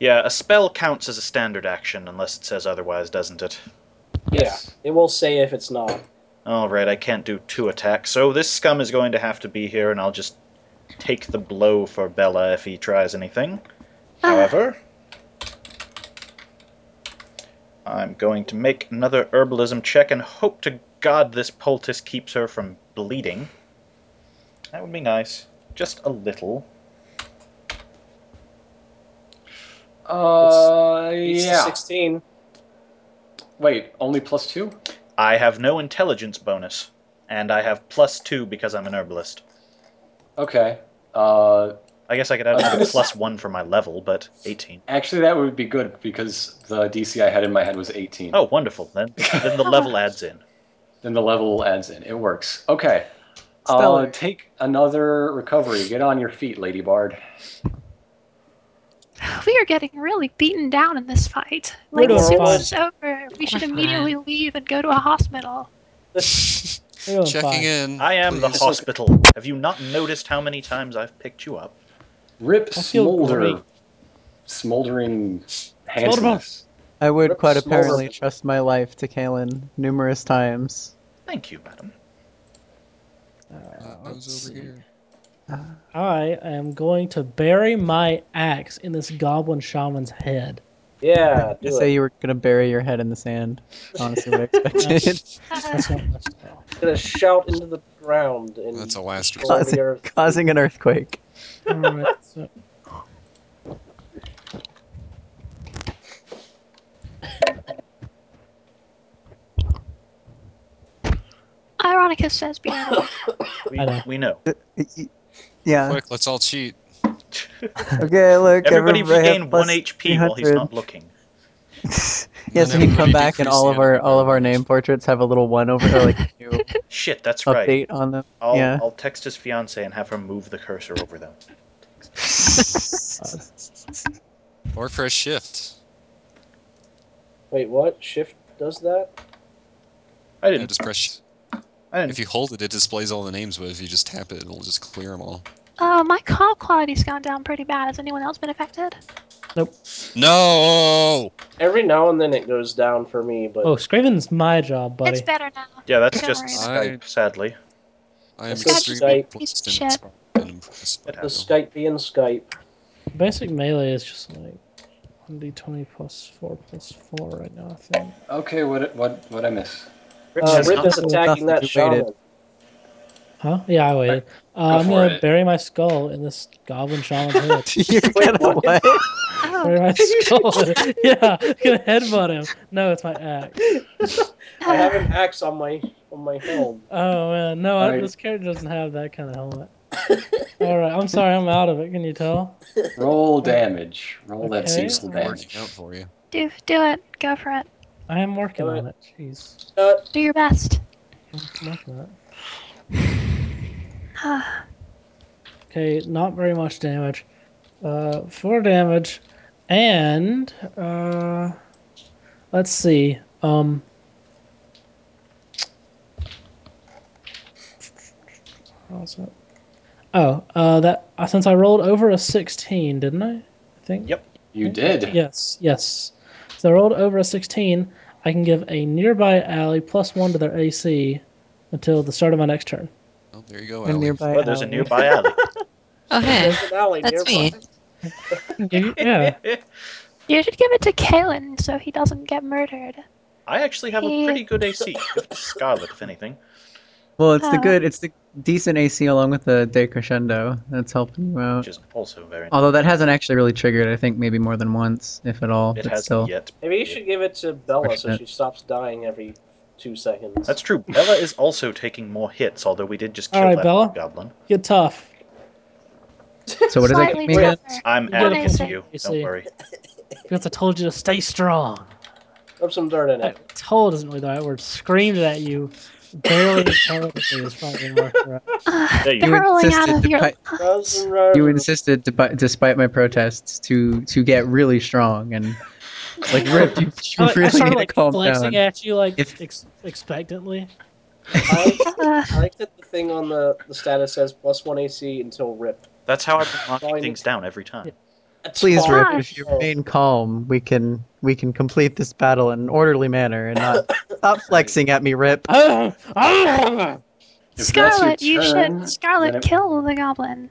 Speaker 1: Yeah, a spell counts as a standard action unless it says otherwise, doesn't it?
Speaker 2: Yes.
Speaker 8: Yeah, it will say if it's not.
Speaker 1: Alright, I can't do two attacks, so this scum is going to have to be here, and I'll just take the blow for Bella if he tries anything. However, I'm going to make another herbalism check and hope to God this poultice keeps her from bleeding. That would be nice. Just a little.
Speaker 2: Uh,
Speaker 8: Beats the
Speaker 2: yeah.
Speaker 8: sixteen.
Speaker 2: Wait, only plus two?
Speaker 1: I have no intelligence bonus, and I have plus two because I'm an herbalist.
Speaker 2: Okay. Uh,
Speaker 1: I guess I could add another plus one for my level, but 18.
Speaker 2: actually, that would be good because the DC I had in my head was 18.
Speaker 1: Oh, wonderful. Then, then the level adds in.
Speaker 2: Then the level adds in. It works. Okay. Uh,
Speaker 5: Stellar.
Speaker 2: take another recovery. Get on your feet, Lady Bard.
Speaker 6: We are getting really beaten down in this fight. Like,
Speaker 7: We're
Speaker 6: as soon
Speaker 7: doing
Speaker 6: as it's over, we should
Speaker 4: fine.
Speaker 6: immediately leave and go to a hospital.
Speaker 7: We're
Speaker 8: Oh,
Speaker 7: doing
Speaker 3: Checking
Speaker 7: fine.
Speaker 3: in.
Speaker 1: I am the
Speaker 3: please.
Speaker 1: hospital. Have you not noticed how many times I've picked you up?
Speaker 2: Rip
Speaker 7: I feel
Speaker 2: Smolder.
Speaker 7: great.
Speaker 2: Smoldering handsomeness.
Speaker 5: I would quite
Speaker 2: Small
Speaker 5: apparently
Speaker 2: room.
Speaker 5: trust my life to Kalen numerous times.
Speaker 1: Thank you, madam.
Speaker 3: Uh, I was over here.
Speaker 7: I am going to bury my axe in this goblin shaman's head.
Speaker 8: Yeah,
Speaker 5: I
Speaker 8: do
Speaker 5: say
Speaker 8: it.
Speaker 5: you were gonna bury your head in the sand. Honestly, what I expected.
Speaker 7: That's not much to tell.
Speaker 8: It's gonna shout into the ground and
Speaker 3: That's a last
Speaker 8: destroy the
Speaker 5: Classic.
Speaker 8: earth.
Speaker 5: Causing an earthquake.
Speaker 7: Alright, so
Speaker 6: Ironicus says, be out of
Speaker 1: We,
Speaker 7: I know.
Speaker 1: we know.
Speaker 5: Yeah.
Speaker 3: Quick, let's all cheat.
Speaker 5: Okay, look.
Speaker 1: Everybody
Speaker 5: everybody have
Speaker 1: regain one
Speaker 5: plus
Speaker 1: HP while he's
Speaker 5: 300.
Speaker 1: not looking.
Speaker 5: Yeah,
Speaker 3: Then
Speaker 5: so you come
Speaker 3: everybody
Speaker 5: back and
Speaker 3: decrease
Speaker 5: all
Speaker 3: the
Speaker 5: of our
Speaker 3: enemy
Speaker 5: all of our
Speaker 3: numbers.
Speaker 5: name portraits have a little one over or like a new
Speaker 1: Shit, that's right.
Speaker 5: update on them.
Speaker 1: I'll,
Speaker 5: yeah.
Speaker 1: I'll text his fiance and have her move the cursor over them.
Speaker 3: Or press shift.
Speaker 8: Wait, what? Shift does that?
Speaker 1: I
Speaker 3: Yeah,
Speaker 1: didn't.
Speaker 3: just press. Sh-
Speaker 1: I
Speaker 3: if
Speaker 1: didn't.
Speaker 3: you hold it, it displays all the names. But if you just tap it, it'll just clear them all.
Speaker 6: Uh, my call quality's gone down pretty bad. Has anyone else been affected?
Speaker 3: No.
Speaker 8: Every now and then it goes down for me, but
Speaker 7: Oh, Scriven's my job, buddy.
Speaker 6: It's better now.
Speaker 1: Yeah, that's
Speaker 6: Don't
Speaker 1: just
Speaker 6: worry
Speaker 3: about it.
Speaker 1: Skype. Sadly,
Speaker 3: I am
Speaker 8: It's got
Speaker 3: extremely
Speaker 8: Skype.
Speaker 3: pleased
Speaker 6: Piece of
Speaker 3: and
Speaker 6: shit.
Speaker 3: inspired and impressed. by
Speaker 1: It
Speaker 8: the
Speaker 3: you.
Speaker 1: has-
Speaker 8: Skype being Skype.
Speaker 7: Basic melee is just like 1d20 plus 4 plus 4 right now, I think.
Speaker 2: Okay, what what what I miss?
Speaker 8: Rip,
Speaker 7: Uh,
Speaker 8: Rip is
Speaker 5: nothing-
Speaker 8: attacking that
Speaker 5: nothing to do
Speaker 8: shaman.
Speaker 5: with
Speaker 7: Huh? Yeah, I waited. Uh, I'm
Speaker 2: for
Speaker 7: going to
Speaker 2: it.
Speaker 7: bury my skull in this goblin shaman's head.
Speaker 5: You're gonna
Speaker 8: what?
Speaker 5: what?
Speaker 6: Oh,
Speaker 7: bury my skull. yeah, I'm going to headbutt him. No, it's my axe.
Speaker 6: uh,
Speaker 8: I have an axe on my on my helm.
Speaker 7: Oh, man. No, I,
Speaker 2: Alright.
Speaker 7: this character doesn't have that kind of helmet. All right, I'm sorry, I'm out of it. Can you tell?
Speaker 2: Roll damage. Roll that
Speaker 7: Okay,
Speaker 2: Cecil
Speaker 7: alright.
Speaker 2: damage.
Speaker 3: Working out for you.
Speaker 6: do, do it. Go for it.
Speaker 7: I am working
Speaker 8: Do
Speaker 7: on it. Jeez.
Speaker 8: Uh,
Speaker 6: Do your best.
Speaker 7: I'm working on it.
Speaker 6: Ah,
Speaker 7: Okay, not very much damage. Uh, four damage, and uh, let's see. Um, how's it? Oh, uh, that uh, since I rolled over a sixteen, didn't I? I think.
Speaker 1: Yep.
Speaker 2: You did.
Speaker 7: Yes, yes. So I rolled over a 16. I can give a nearby ally plus one to their AC until the start of my next turn.
Speaker 3: Oh, there you go.
Speaker 5: A
Speaker 3: Allie.
Speaker 5: nearby.
Speaker 1: well, there's a
Speaker 5: alley.
Speaker 7: Oh.
Speaker 1: nearby alley.
Speaker 4: Okay.
Speaker 8: there's an alley
Speaker 4: That's
Speaker 8: nearby.
Speaker 4: me.
Speaker 7: yeah.
Speaker 6: You should give it to Kalen so he doesn't get murdered.
Speaker 1: I actually have a pretty good AC. Give it to Scarlet, if anything.
Speaker 5: Well, it's the
Speaker 6: Oh.
Speaker 5: good, it's the decent AC along with the decrescendo that's helping you out.
Speaker 1: which is also very.
Speaker 7: Oh,
Speaker 5: Although that hasn't actually really triggered, I think maybe more than once, if at all.
Speaker 1: It
Speaker 5: but
Speaker 1: hasn't
Speaker 5: still.
Speaker 1: yet.
Speaker 8: Maybe you should give it to Bella so
Speaker 5: Fortunate.
Speaker 8: she stops dying every two seconds.
Speaker 1: That's true. Bella is also taking more hits, although we did just kill
Speaker 7: All right,
Speaker 1: that
Speaker 7: Bella.
Speaker 1: goblin.
Speaker 7: You're tough.
Speaker 5: So what does that
Speaker 6: Slightly
Speaker 5: give me again?
Speaker 6: tougher.
Speaker 1: I'm
Speaker 6: Yeah,
Speaker 1: adamant
Speaker 6: I
Speaker 1: to you.
Speaker 7: see.
Speaker 1: Don't worry.
Speaker 7: Because I told you to stay strong.
Speaker 8: Rub some dirt in it.
Speaker 7: Toll doesn't really the right word. Screamed at you, barely intelligently is probably more correct.
Speaker 1: There you
Speaker 5: You
Speaker 1: go.
Speaker 6: Curling Uh, out
Speaker 5: insisted
Speaker 6: of
Speaker 5: to
Speaker 6: your uh,
Speaker 5: pi-
Speaker 8: Rub some rub-
Speaker 5: you insisted, depi- despite my protests, to to get really strong and like ripped. You, you
Speaker 7: I,
Speaker 5: really
Speaker 7: I started
Speaker 5: need
Speaker 7: like
Speaker 5: to calm
Speaker 7: flexing
Speaker 5: down.
Speaker 7: at you like
Speaker 5: If-
Speaker 7: ex- expectantly.
Speaker 8: I, like,
Speaker 6: uh,
Speaker 8: I like that the thing on the, the status says plus one AC until rip.
Speaker 1: That's how I've been locking
Speaker 8: Fine.
Speaker 1: things down every time.
Speaker 8: That's
Speaker 5: Please,
Speaker 8: fine.
Speaker 5: Rip, if you remain calm, we can we can complete this battle in an orderly manner and not stop flexing at me, Rip.
Speaker 2: If that's your
Speaker 6: Scarlet, you
Speaker 2: turn,
Speaker 6: should Scarlet
Speaker 2: then it-
Speaker 6: kill the goblin.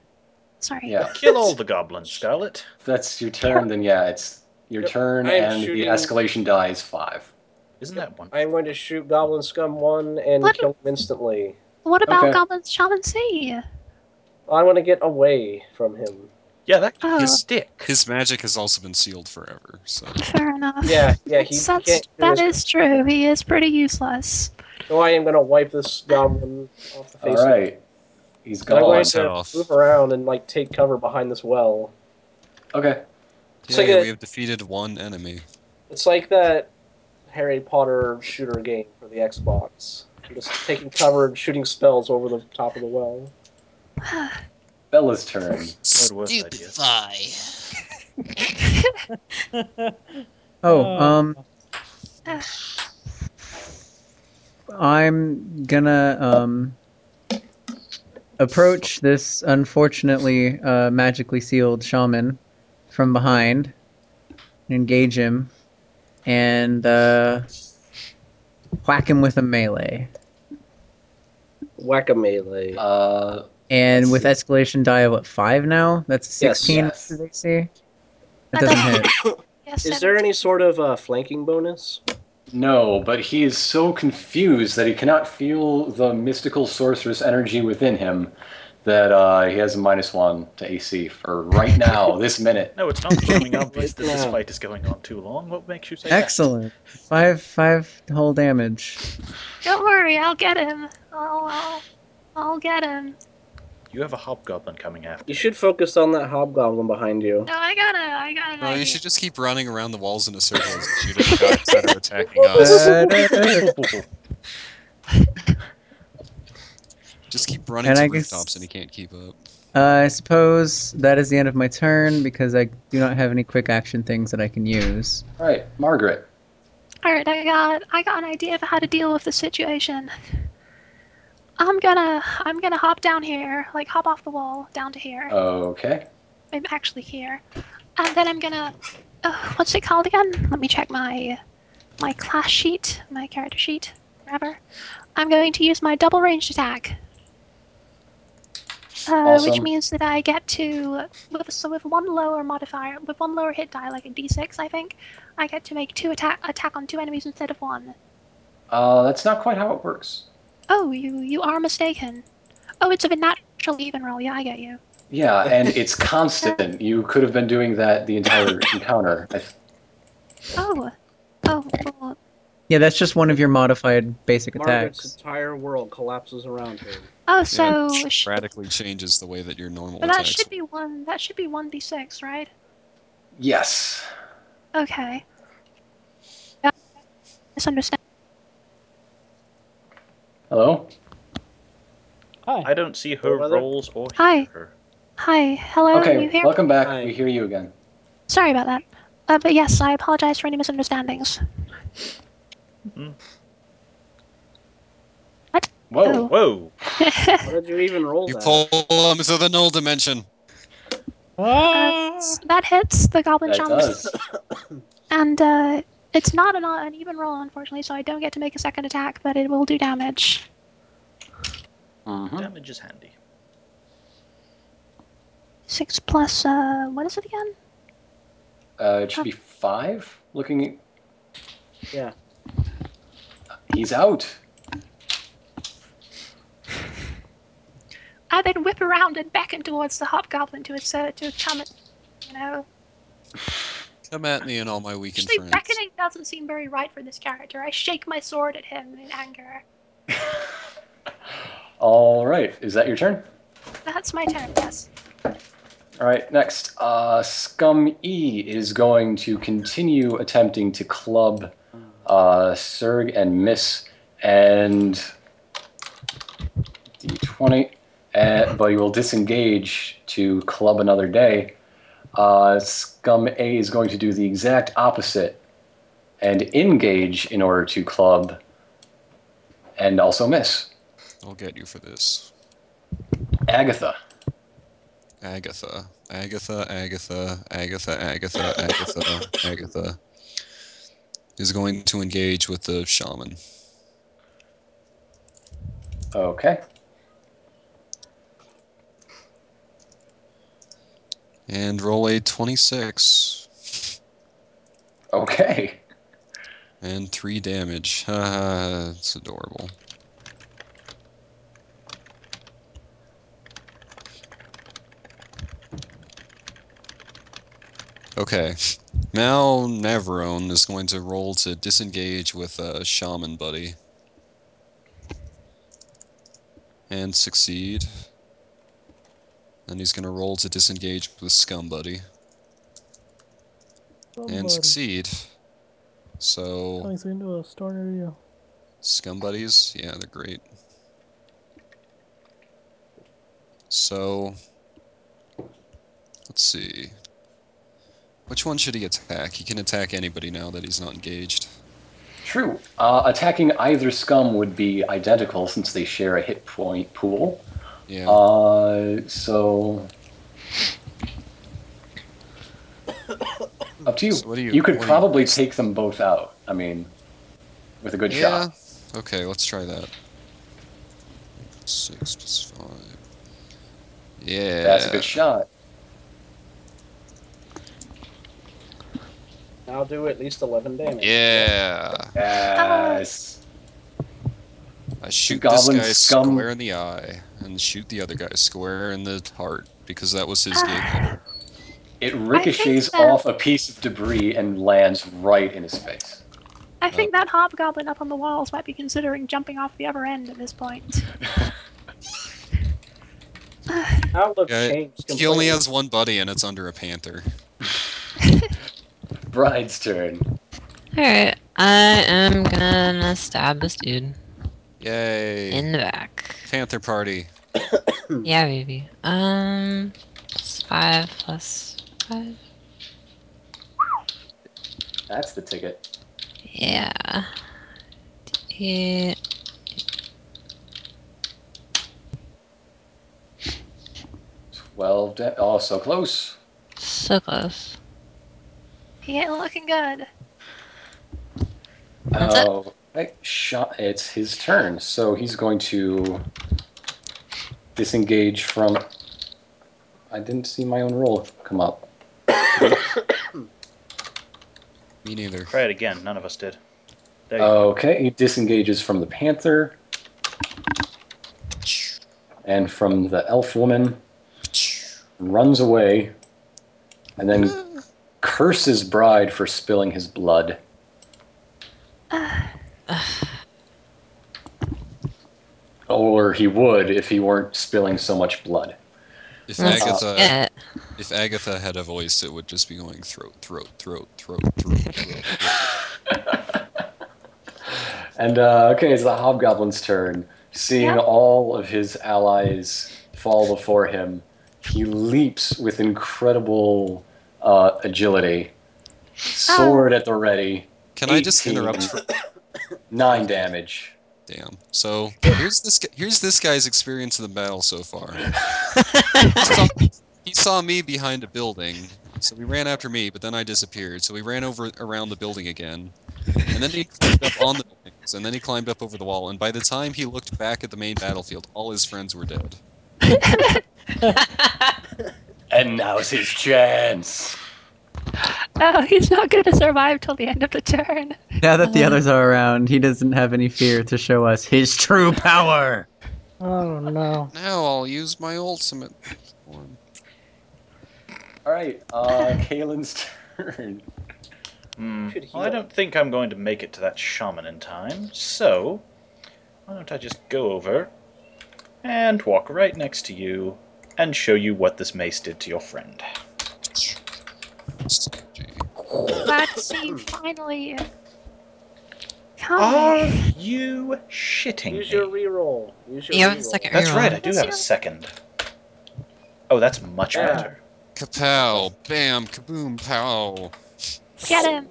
Speaker 6: Sorry.
Speaker 2: Yeah,
Speaker 1: Kill all the goblins, Scarlet.
Speaker 2: if that's your turn. Then yeah, it's your
Speaker 8: Yep,
Speaker 2: turn,
Speaker 8: I am
Speaker 2: and
Speaker 8: shooting-
Speaker 2: the escalation die is five.
Speaker 1: Isn't that one?
Speaker 8: I am going to shoot Goblin Scum 1 and
Speaker 6: What?
Speaker 8: kill him instantly.
Speaker 6: What about
Speaker 2: Okay.
Speaker 6: Goblin Shaman C?
Speaker 8: I want to get away from him.
Speaker 1: Yeah, that
Speaker 6: Oh.
Speaker 1: can stick.
Speaker 3: His magic has also been sealed forever, so
Speaker 6: Fair enough.
Speaker 8: Yeah, yeah, he
Speaker 6: That's-
Speaker 8: can't do
Speaker 6: that
Speaker 8: this.
Speaker 6: is true. He is pretty useless.
Speaker 8: So I am going to wipe this Goblin off the
Speaker 2: All
Speaker 8: face. of-
Speaker 2: right, he's
Speaker 8: And I'm
Speaker 2: gone.
Speaker 8: going
Speaker 3: Head
Speaker 8: to
Speaker 3: off.
Speaker 8: move around and like take cover behind this well.
Speaker 2: Okay,
Speaker 8: It's like
Speaker 3: Yay,
Speaker 8: a-
Speaker 3: we have defeated one enemy.
Speaker 8: It's like that Harry Potter shooter game for the Xbox. You're just taking cover and shooting spells over the top of the well.
Speaker 2: Bella's turn.
Speaker 1: That was an idea.
Speaker 5: Oh,
Speaker 7: Oh.
Speaker 5: um, I'm gonna um approach this unfortunately uh, magically sealed shaman from behind, engage him, and uh, whack him with a melee.
Speaker 8: Whack a melee.
Speaker 2: Uh,
Speaker 5: And with escalation die of what five now? That's a
Speaker 8: Yes.
Speaker 5: sixteen.
Speaker 2: Yes.
Speaker 5: Did they see? That
Speaker 6: That
Speaker 5: doesn't
Speaker 6: doesn't
Speaker 5: hit.
Speaker 6: Yes,
Speaker 8: Is
Speaker 6: and-
Speaker 8: there any sort of uh, flanking bonus?
Speaker 2: no, but he is so confused that he cannot feel the mystical sorceress energy within him that uh, he has a minus one to AC for right now, this minute.
Speaker 1: No, it's not becoming obvious that this
Speaker 8: now.
Speaker 1: fight is going on too long. What makes you say that?
Speaker 5: Excellent. Five five whole damage.
Speaker 6: Don't worry, I'll get him. I'll, I'll, I'll get him.
Speaker 1: You have a hobgoblin coming after.
Speaker 8: You should focus on that hobgoblin behind you.
Speaker 6: No, I got to I got an
Speaker 3: No, you
Speaker 6: idea.
Speaker 3: should just keep running around the walls in a circle and shoot at the guys that are attacking us.
Speaker 5: Da-da-da-da.
Speaker 3: Just keep running
Speaker 5: And
Speaker 3: to
Speaker 5: I guess-
Speaker 3: rooftops and he can't keep up.
Speaker 5: Uh, I suppose that is the end of my turn because I do not have any quick action things that I can use.
Speaker 2: All right, Margaret.
Speaker 6: All right, I got I got an idea of how to deal with the situation. I'm gonna I'm gonna hop down here, like hop off the wall down to here.
Speaker 2: Okay.
Speaker 6: I'm actually here, and then I'm gonna uh, what's it called again? Let me check my my class sheet, my character sheet, whatever. I'm going to use my double ranged attack, uh, which
Speaker 2: Awesome.
Speaker 6: means that I get to with, so with one lower modifier, with one lower hit die, like a d6, I think, I get to make two attack attack on two enemies instead of one.
Speaker 2: Uh, that's not quite how it works.
Speaker 6: Oh, you you are mistaken. Oh, it's a natural even roll. Yeah, I get you.
Speaker 2: Yeah, and it's constant. You could have been doing that the entire encounter. I th-
Speaker 6: Oh, oh, well,
Speaker 5: Yeah, that's just one of your modified basic
Speaker 8: Margaret's
Speaker 5: attacks.
Speaker 8: entire world collapses around him.
Speaker 6: oh. So sh-
Speaker 3: radically changes the way that your normal
Speaker 6: but that
Speaker 3: attacks.
Speaker 6: should be one. That should be one d six, right?
Speaker 2: Yes.
Speaker 6: Okay. Yeah, Misunderstand.
Speaker 2: Hello?
Speaker 7: Hi.
Speaker 1: I don't see her
Speaker 8: Brother?
Speaker 1: rolls or
Speaker 6: Hi.
Speaker 1: hear her.
Speaker 6: Hi, hello.
Speaker 2: Okay,
Speaker 6: you here?
Speaker 2: welcome back.
Speaker 8: Hi.
Speaker 2: We hear you again.
Speaker 6: Sorry about that. Uh, but yes, I apologize for any misunderstandings.
Speaker 2: Whoa.
Speaker 1: Whoa!
Speaker 6: Uh,
Speaker 8: How did you even roll
Speaker 3: You
Speaker 8: that?
Speaker 3: pull him into the null dimension.
Speaker 7: Ah!
Speaker 6: Uh, s- that hits the goblin
Speaker 2: That
Speaker 6: shaman,
Speaker 2: does.
Speaker 6: and uh, it's not an, an even roll, unfortunately. So I don't get to make a second attack, but it will do damage.
Speaker 2: Mhm.
Speaker 1: Damage is handy.
Speaker 6: Six plus. Uh, what is it again?
Speaker 2: Uh, it should be five. Looking.
Speaker 8: Yeah.
Speaker 2: He's out.
Speaker 6: I then whip around and beckon towards the hobgoblin to assert to come. at- You know,
Speaker 3: Come at me and all my weakened
Speaker 6: actually,
Speaker 3: friends.
Speaker 6: beckoning doesn't seem very right for this character. I shake my sword at him in anger.
Speaker 2: All right. Is that your turn?
Speaker 6: That's my turn. Yes.
Speaker 2: All right. Next, uh, Scum E is going to continue attempting to club uh, Serg and Miss, and D20. Uh, but you will disengage to club another day. Uh, Scum A is going to do the exact opposite and engage in order to club and also miss.
Speaker 3: I'll get you for this.
Speaker 2: Agatha.
Speaker 3: Agatha. Agatha, Agatha, Agatha, Agatha, Agatha, Agatha is going to engage with the shaman.
Speaker 2: Okay.
Speaker 3: And roll a 26.
Speaker 2: Okay.
Speaker 3: And 3 damage. Ah, it's adorable. Okay. Now Navarone is going to roll to disengage with a shaman buddy. And succeed. And he's going to roll to disengage with scum buddy.
Speaker 7: Oh,
Speaker 3: And succeed. So
Speaker 7: Coming into a store near you.
Speaker 3: scum buddies, yeah, they're great. So let's see. Which one should he attack? He can attack anybody now that he's not engaged.
Speaker 2: True. Uh, attacking either scum would be identical since they share a hit point pool.
Speaker 3: Yeah.
Speaker 2: Uh, so. Up to you.
Speaker 3: So what do you-
Speaker 2: you could
Speaker 3: what do you-
Speaker 2: probably take them both out. I mean, with a good
Speaker 3: yeah.
Speaker 2: shot.
Speaker 3: Okay, let's try that. Six plus five. Yeah.
Speaker 2: That's a good shot.
Speaker 8: I'll do at least 11 damage.
Speaker 3: Yeah.
Speaker 2: Yes.
Speaker 3: Uh, I shoot this
Speaker 2: goblin
Speaker 3: guy
Speaker 2: scum.
Speaker 3: square in the eye and shoot the other guy square in the heart because that was his
Speaker 2: Ah.
Speaker 3: game.
Speaker 2: It ricochets
Speaker 6: that-
Speaker 2: off a piece of debris and lands right in his face.
Speaker 6: I think that hobgoblin up on the walls might be considering jumping off the other end at this point.
Speaker 8: Outlook
Speaker 3: Yeah,
Speaker 8: changed completely.
Speaker 3: He only has one buddy and it's under a panther.
Speaker 2: Bride's turn.
Speaker 4: Alright, I am gonna stab this dude
Speaker 3: Yay.
Speaker 4: in the back.
Speaker 3: Panther party.
Speaker 1: Hmm.
Speaker 4: Yeah, baby. Um, it's five plus five.
Speaker 2: That's the ticket.
Speaker 4: Yeah. Yeah.
Speaker 2: Twelve. Da- oh, so close.
Speaker 4: So close.
Speaker 6: He ain't looking good.
Speaker 4: That's it.
Speaker 2: Oh, okay. shot. It's his turn, so he's going to disengage from. I didn't see my own roll come up.
Speaker 3: Me neither.
Speaker 1: Try it again. None of us did. There you
Speaker 2: Uh,
Speaker 1: go.
Speaker 2: Okay, he disengages from the panther and from the elf woman, runs away, and then curses Bride for spilling his blood. or he would if he weren't spilling so much blood.
Speaker 3: If
Speaker 4: That's
Speaker 1: Uh,
Speaker 3: Agatha
Speaker 4: Yeah.
Speaker 3: if Agatha had a voice it would just be going throat, throat, throat, throat, throat, throat.
Speaker 2: And uh, okay, it's the hobgoblin's turn. Seeing
Speaker 6: Yeah.
Speaker 2: all of his allies fall before him, he leaps with incredible uh, agility,
Speaker 6: Oh.
Speaker 2: sword at the ready,
Speaker 3: Can I just
Speaker 2: 18.
Speaker 3: interrupt for
Speaker 2: nine damage.
Speaker 3: Damn. So here's this gu- here's this guy's experience of the battle so far. he, saw, he saw me behind a building, so he ran after me, but then I disappeared. So he ran over around the building again, and then he climbed up on the buildings, and then he climbed up over the wall. And by the time he looked back at the main battlefield, all his friends were dead.
Speaker 2: And now's his chance.
Speaker 6: Oh, he's not going to survive till the end of the turn.
Speaker 5: Now that the others are around, he doesn't have any fear to show us his true power.
Speaker 7: Oh no.
Speaker 3: Now I'll use my ultimate form.
Speaker 2: All right, uh, Kalen's turn.
Speaker 1: Hmm.
Speaker 8: Should
Speaker 1: Well, I
Speaker 8: heal.
Speaker 1: don't think I'm going to make it to that shaman in time, so why don't I just go over and walk right next to you and show you what this mace did to your friend.
Speaker 6: Glad to see you finally Hi.
Speaker 1: Are you shitting
Speaker 8: Use your
Speaker 1: me?
Speaker 8: reroll. Use your
Speaker 4: You have
Speaker 8: reroll.
Speaker 4: a second
Speaker 1: That's
Speaker 4: reroll.
Speaker 1: right, I do
Speaker 6: Let's
Speaker 1: have a
Speaker 6: do it.
Speaker 1: second. Oh, that's much
Speaker 8: Yeah.
Speaker 1: better.
Speaker 3: Kapow! Bam! Kaboom! Pow!
Speaker 6: Get him.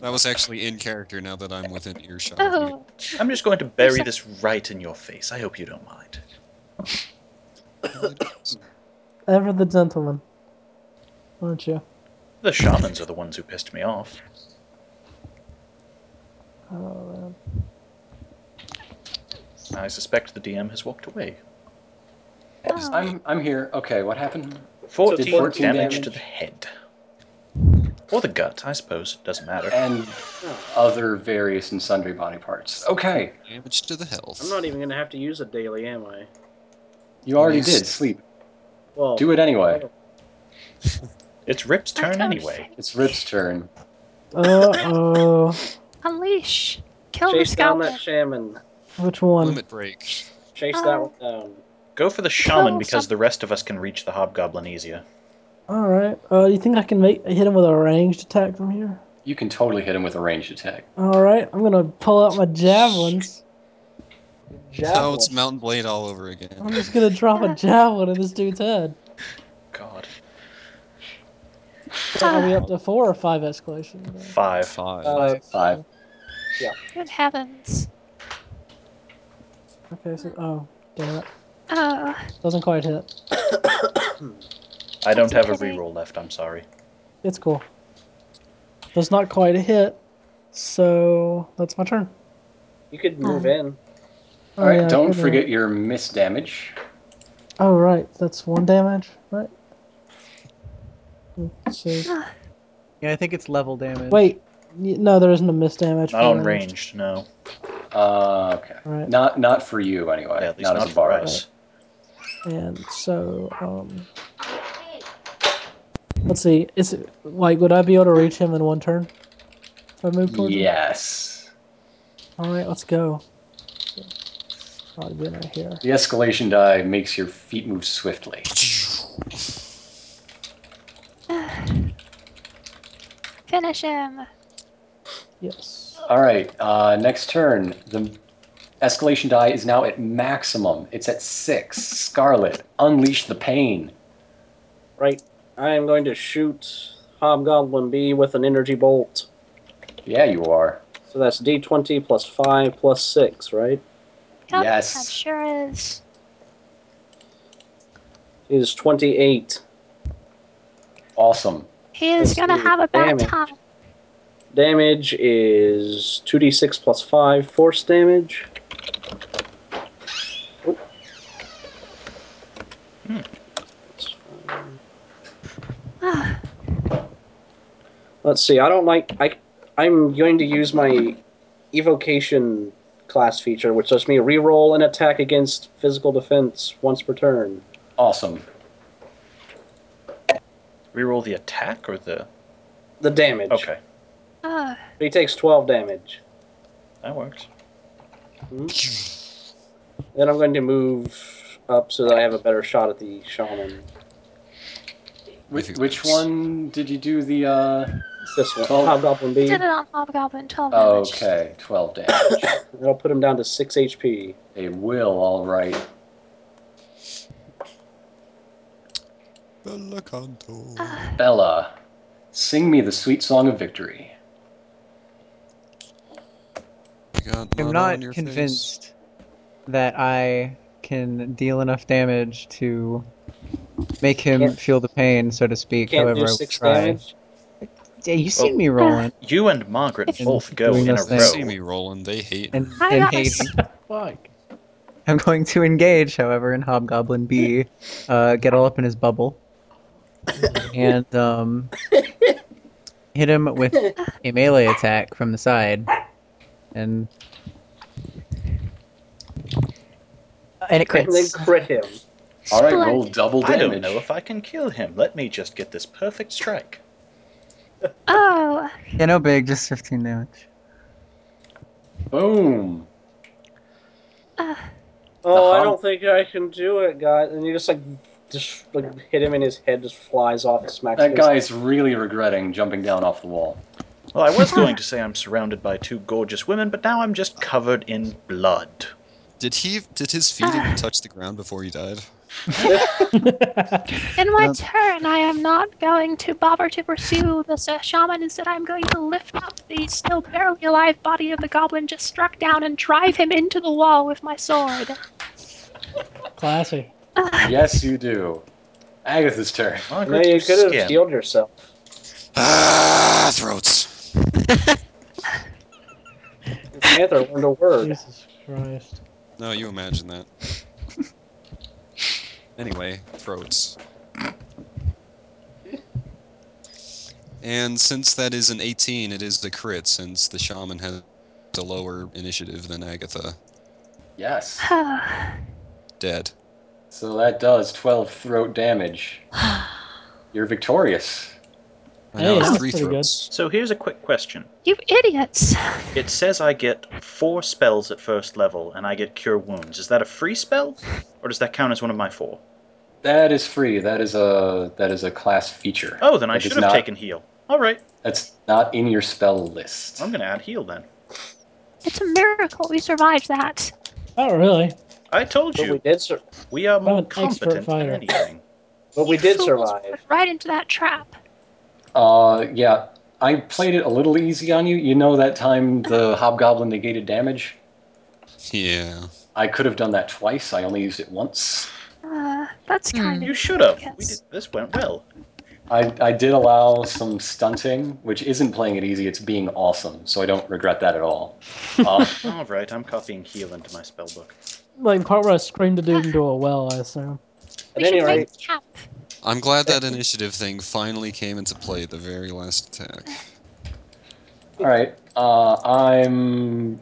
Speaker 3: That was actually in character. Now that I'm within earshot. of you.
Speaker 6: Oh.
Speaker 1: I'm just going to bury
Speaker 6: so-
Speaker 1: this right in your face. I hope you don't mind.
Speaker 7: Ever the gentleman, aren't you?
Speaker 1: The shamans are the ones who pissed me off.
Speaker 7: Oh, man.
Speaker 1: I suspect the DM has walked away.
Speaker 6: Oh.
Speaker 2: I'm I'm here. Okay, what happened?
Speaker 1: 14,
Speaker 2: Did 14
Speaker 1: damage,
Speaker 2: damage?
Speaker 1: to the head. Or the gut, I suppose. It doesn't matter.
Speaker 2: And other various and sundry body parts. Okay,
Speaker 3: Damage to the health.
Speaker 8: I'm not even gonna have to use it daily, am I?
Speaker 2: you already
Speaker 3: Nice.
Speaker 2: did sleep.
Speaker 8: Well,
Speaker 2: Do it anyway.
Speaker 1: It's Rip's
Speaker 6: I
Speaker 1: turn
Speaker 6: don't
Speaker 1: anyway.
Speaker 6: think-
Speaker 2: It's Rip's turn.
Speaker 7: Uh oh.
Speaker 6: Unleash. Kill the
Speaker 8: Chase down
Speaker 6: scalpel.
Speaker 8: that shaman.
Speaker 7: Which one?
Speaker 3: Limit break.
Speaker 8: Chase
Speaker 6: Oh.
Speaker 8: that one down.
Speaker 1: Go for the shaman
Speaker 6: Kill
Speaker 1: because
Speaker 6: some-
Speaker 1: the rest of us can reach the hobgoblin easier.
Speaker 7: All right. Uh, you think I can make hit him with a ranged attack from here?
Speaker 2: You can totally hit him with a ranged attack.
Speaker 7: All right. I'm gonna pull out my javelins.
Speaker 3: Oh, it's Mountain Blade all over again.
Speaker 7: I'm just gonna drop a javelin in this dude's head.
Speaker 1: God.
Speaker 7: Are we up to four or five escalation?
Speaker 1: Five.
Speaker 3: Five.
Speaker 8: Uh,
Speaker 2: Five.
Speaker 6: Good heavens.
Speaker 7: Okay. So oh, damn it.
Speaker 6: Oh.
Speaker 7: Doesn't quite hit.
Speaker 1: I don't have a
Speaker 6: okay.
Speaker 1: reroll left, I'm sorry.
Speaker 7: It's cool. Does not quite hit. So that's my turn.
Speaker 8: You could move
Speaker 6: Uh-huh.
Speaker 8: in.
Speaker 7: Oh,
Speaker 2: All right.
Speaker 7: yeah, I
Speaker 2: don't
Speaker 7: could, uh,
Speaker 2: forget your miss damage.
Speaker 7: Oh right, that's one damage, right? Let's see.
Speaker 5: Yeah, I think it's level damage.
Speaker 7: Wait, y- no, there isn't a miss damage.
Speaker 1: Not
Speaker 7: for
Speaker 1: on
Speaker 7: ranged.
Speaker 1: ranged, no.
Speaker 2: Uh, okay.
Speaker 7: Right.
Speaker 2: Not not for you anyway.
Speaker 1: Yeah, at least
Speaker 2: not,
Speaker 1: not,
Speaker 2: as a
Speaker 1: for
Speaker 2: bard.
Speaker 1: us.
Speaker 7: And so, um, let's see. Is it, like, would I be able to reach him in one turn? If I move towards him.
Speaker 2: Yes.
Speaker 7: All right, let's go. I'll be right here.
Speaker 2: The escalation die makes your feet move swiftly.
Speaker 6: Finish him.
Speaker 7: Yes.
Speaker 2: All right. Uh, next turn. The escalation die is now at maximum. It's at six. Scarlet, unleash the pain.
Speaker 8: Right. I am going to shoot Hobgoblin B with an energy bolt.
Speaker 2: Yeah, you are.
Speaker 8: So that's D20 plus five plus six, right?
Speaker 6: Yep,
Speaker 2: Yes.
Speaker 6: That sure is.
Speaker 8: It is 28
Speaker 2: Awesome.
Speaker 6: He is
Speaker 8: Let's
Speaker 6: gonna
Speaker 8: do
Speaker 6: have a bad
Speaker 8: damage.
Speaker 6: time.
Speaker 8: damage. Is 2d6 plus five force damage. Oh. That's fine.
Speaker 6: Uh,
Speaker 8: Let's see. I don't like. I I'm going to use my evocation class feature, which lets me reroll an attack against physical defense once per turn.
Speaker 2: Awesome.
Speaker 1: Reroll the attack or the.
Speaker 8: The damage.
Speaker 1: Okay,
Speaker 6: Oh,
Speaker 8: He takes 12 damage.
Speaker 1: that works.
Speaker 8: Then I'm going to move up so that I have a better shot at the shaman.
Speaker 2: Which,
Speaker 3: If it
Speaker 2: which
Speaker 3: works.
Speaker 2: one did you do the? Uh...
Speaker 8: This one,
Speaker 2: Twelve.
Speaker 8: Hobgoblin B.
Speaker 6: did it on Hobgoblin. 12 damage.
Speaker 2: Okay, twelve damage.
Speaker 8: That'll put him down to 6 HP.
Speaker 2: A will, all right.
Speaker 3: Bella Canto.
Speaker 5: Uh,
Speaker 6: Uh,
Speaker 2: Bella, sing me the sweet song of victory.
Speaker 3: Got
Speaker 5: I'm
Speaker 3: none
Speaker 5: not
Speaker 3: on your face.
Speaker 5: convinced that I can deal enough damage to make him
Speaker 8: Can't-
Speaker 5: feel the pain, so to speak.
Speaker 8: Can't
Speaker 5: however,
Speaker 8: do
Speaker 5: I will
Speaker 8: 6
Speaker 5: try.
Speaker 8: damage.
Speaker 5: Yeah, you seen
Speaker 3: Oh.
Speaker 5: me rolling
Speaker 1: You and Margaret
Speaker 5: And
Speaker 1: both go
Speaker 5: doing
Speaker 1: in a
Speaker 5: those
Speaker 1: row.
Speaker 5: things.
Speaker 3: See me rolling. They hate.
Speaker 5: and,
Speaker 6: I
Speaker 5: and
Speaker 6: got a
Speaker 5: hating.
Speaker 6: s-
Speaker 11: Fuck.
Speaker 5: I'm going to engage, however, in Hobgoblin B, uh, get all up in his bubble, and um, hit him with a melee attack from the side, and and it
Speaker 8: And then
Speaker 5: crits.
Speaker 8: crit him.
Speaker 2: All right,
Speaker 6: Splendid.
Speaker 2: roll double
Speaker 1: I
Speaker 2: damage.
Speaker 1: don't know if I can kill him. Let me just get this perfect strike.
Speaker 6: Oh,
Speaker 5: Yeah, no big, just 15 damage.
Speaker 2: Boom.
Speaker 8: Oh, I
Speaker 2: hum-
Speaker 8: don't think I can do it, guys. And you just like, just like hit him in his head, just flies off, smacks
Speaker 2: That
Speaker 8: him.
Speaker 2: guy's really regretting jumping down off the wall.
Speaker 1: Well, I was going to say I'm surrounded by two gorgeous women, but now I'm just covered in blood.
Speaker 3: Did he? Did his feet
Speaker 5: Ah.
Speaker 3: even touch the ground before he died?
Speaker 6: In my
Speaker 3: Um,
Speaker 6: turn, I am not going to bother to pursue the s- shaman. Instead, I'm going to lift up the still barely alive body of the goblin just struck down and drive him into the wall with my sword. Uh,
Speaker 7: Classy.
Speaker 2: Yes, you do. Agatha's turn.
Speaker 1: Margaret,
Speaker 8: No, you could have
Speaker 1: skin.
Speaker 8: healed yourself.
Speaker 3: Ah, throats.
Speaker 8: Your Panther learned a word.
Speaker 7: Jesus Christ.
Speaker 3: No, you imagine that. anyway, throats. And since that is an 18, it is the crit, since the shaman has a lower initiative than Agatha.
Speaker 2: Yes.
Speaker 6: uh,
Speaker 3: Dead.
Speaker 2: So that does 12 throat damage. You're victorious.
Speaker 3: I know,
Speaker 7: Hey, that's
Speaker 3: three
Speaker 7: pretty good.
Speaker 3: throats.
Speaker 1: So here's a quick question.
Speaker 6: you idiots!
Speaker 1: It says I get four spells at first level, and I get Cure Wounds. Is that a free spell, or does that count as one of my four?
Speaker 2: That is free. That is a that is a class feature.
Speaker 1: Oh, then I
Speaker 2: That is
Speaker 1: should have
Speaker 2: not-
Speaker 1: taken heal. All right,
Speaker 2: That's not in your spell list.
Speaker 1: I'm gonna add heal then.
Speaker 6: It's a miracle we survived that.
Speaker 7: Oh, really?
Speaker 1: I told
Speaker 8: But we
Speaker 1: you
Speaker 8: did, sur-
Speaker 1: we are more
Speaker 7: an expert
Speaker 1: competent than
Speaker 7: fighter.
Speaker 1: anything.
Speaker 8: but we did
Speaker 6: Fools
Speaker 8: survive.
Speaker 6: went Right into that trap.
Speaker 2: Uh, yeah, I played it a little easy on you. You know that time the hobgoblin negated damage.
Speaker 3: Yeah.
Speaker 2: I could have done that twice. I only used it once.
Speaker 6: Uh, that's
Speaker 4: Hmm.
Speaker 6: kind of.
Speaker 1: You should have. We did,
Speaker 6: Yes.
Speaker 1: this went well.
Speaker 2: I, I did allow some stunting, which isn't playing it easy. It's being awesome, so I don't regret that at all. Uh,
Speaker 1: All right, I'm copying heal into my spell book.
Speaker 7: Like the part where I screamed the dude into a well, I assume.
Speaker 8: At
Speaker 6: We should
Speaker 8: any
Speaker 6: make
Speaker 8: rate,
Speaker 6: camp.
Speaker 3: I'm glad that initiative thing finally came into play at the very last attack.
Speaker 2: all right, uh, I'm.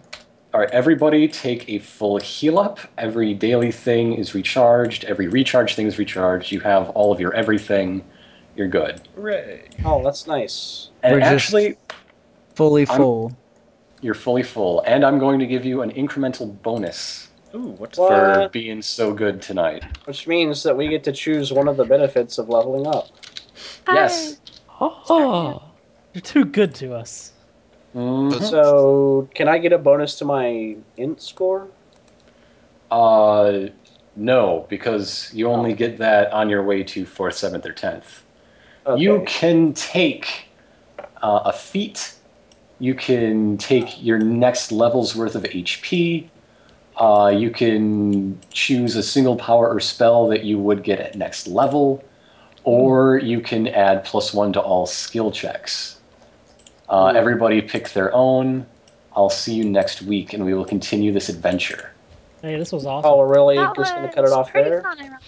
Speaker 2: All right, everybody take a full heal up. Every daily thing is recharged. Every recharge thing is recharged. You have all of your everything. You're good.
Speaker 1: Hooray!
Speaker 8: oh, that's nice.
Speaker 2: And
Speaker 5: We're just-
Speaker 2: actually,
Speaker 5: Fully
Speaker 2: I'm-
Speaker 5: full.
Speaker 2: you're fully full, and I'm going to give you an incremental bonus
Speaker 1: Ooh, what's
Speaker 8: What?
Speaker 2: for being so good tonight.
Speaker 8: Which means that we get to choose one of the benefits of leveling up.
Speaker 2: Yes.
Speaker 7: Oh, you're too good to us.
Speaker 2: Mhm.
Speaker 8: So, can I get a bonus to my int score?
Speaker 2: Uh, no, because you only get that on your way to fourth, seventh, or tenth.
Speaker 8: Okay.
Speaker 2: You can take uh, a feat. You can take your next level's worth of HP. Uh, you can choose a single power or spell that you would get at next level, or you can add plus one to all skill checks. Uh, everybody pick their own. I'll see you next week, and we will continue this adventure.
Speaker 7: Hey, this was
Speaker 8: Oh,
Speaker 7: awesome.
Speaker 8: we're really
Speaker 6: That
Speaker 8: just going to cut it
Speaker 6: was
Speaker 8: off
Speaker 6: pretty
Speaker 8: there?
Speaker 6: fun, ironically.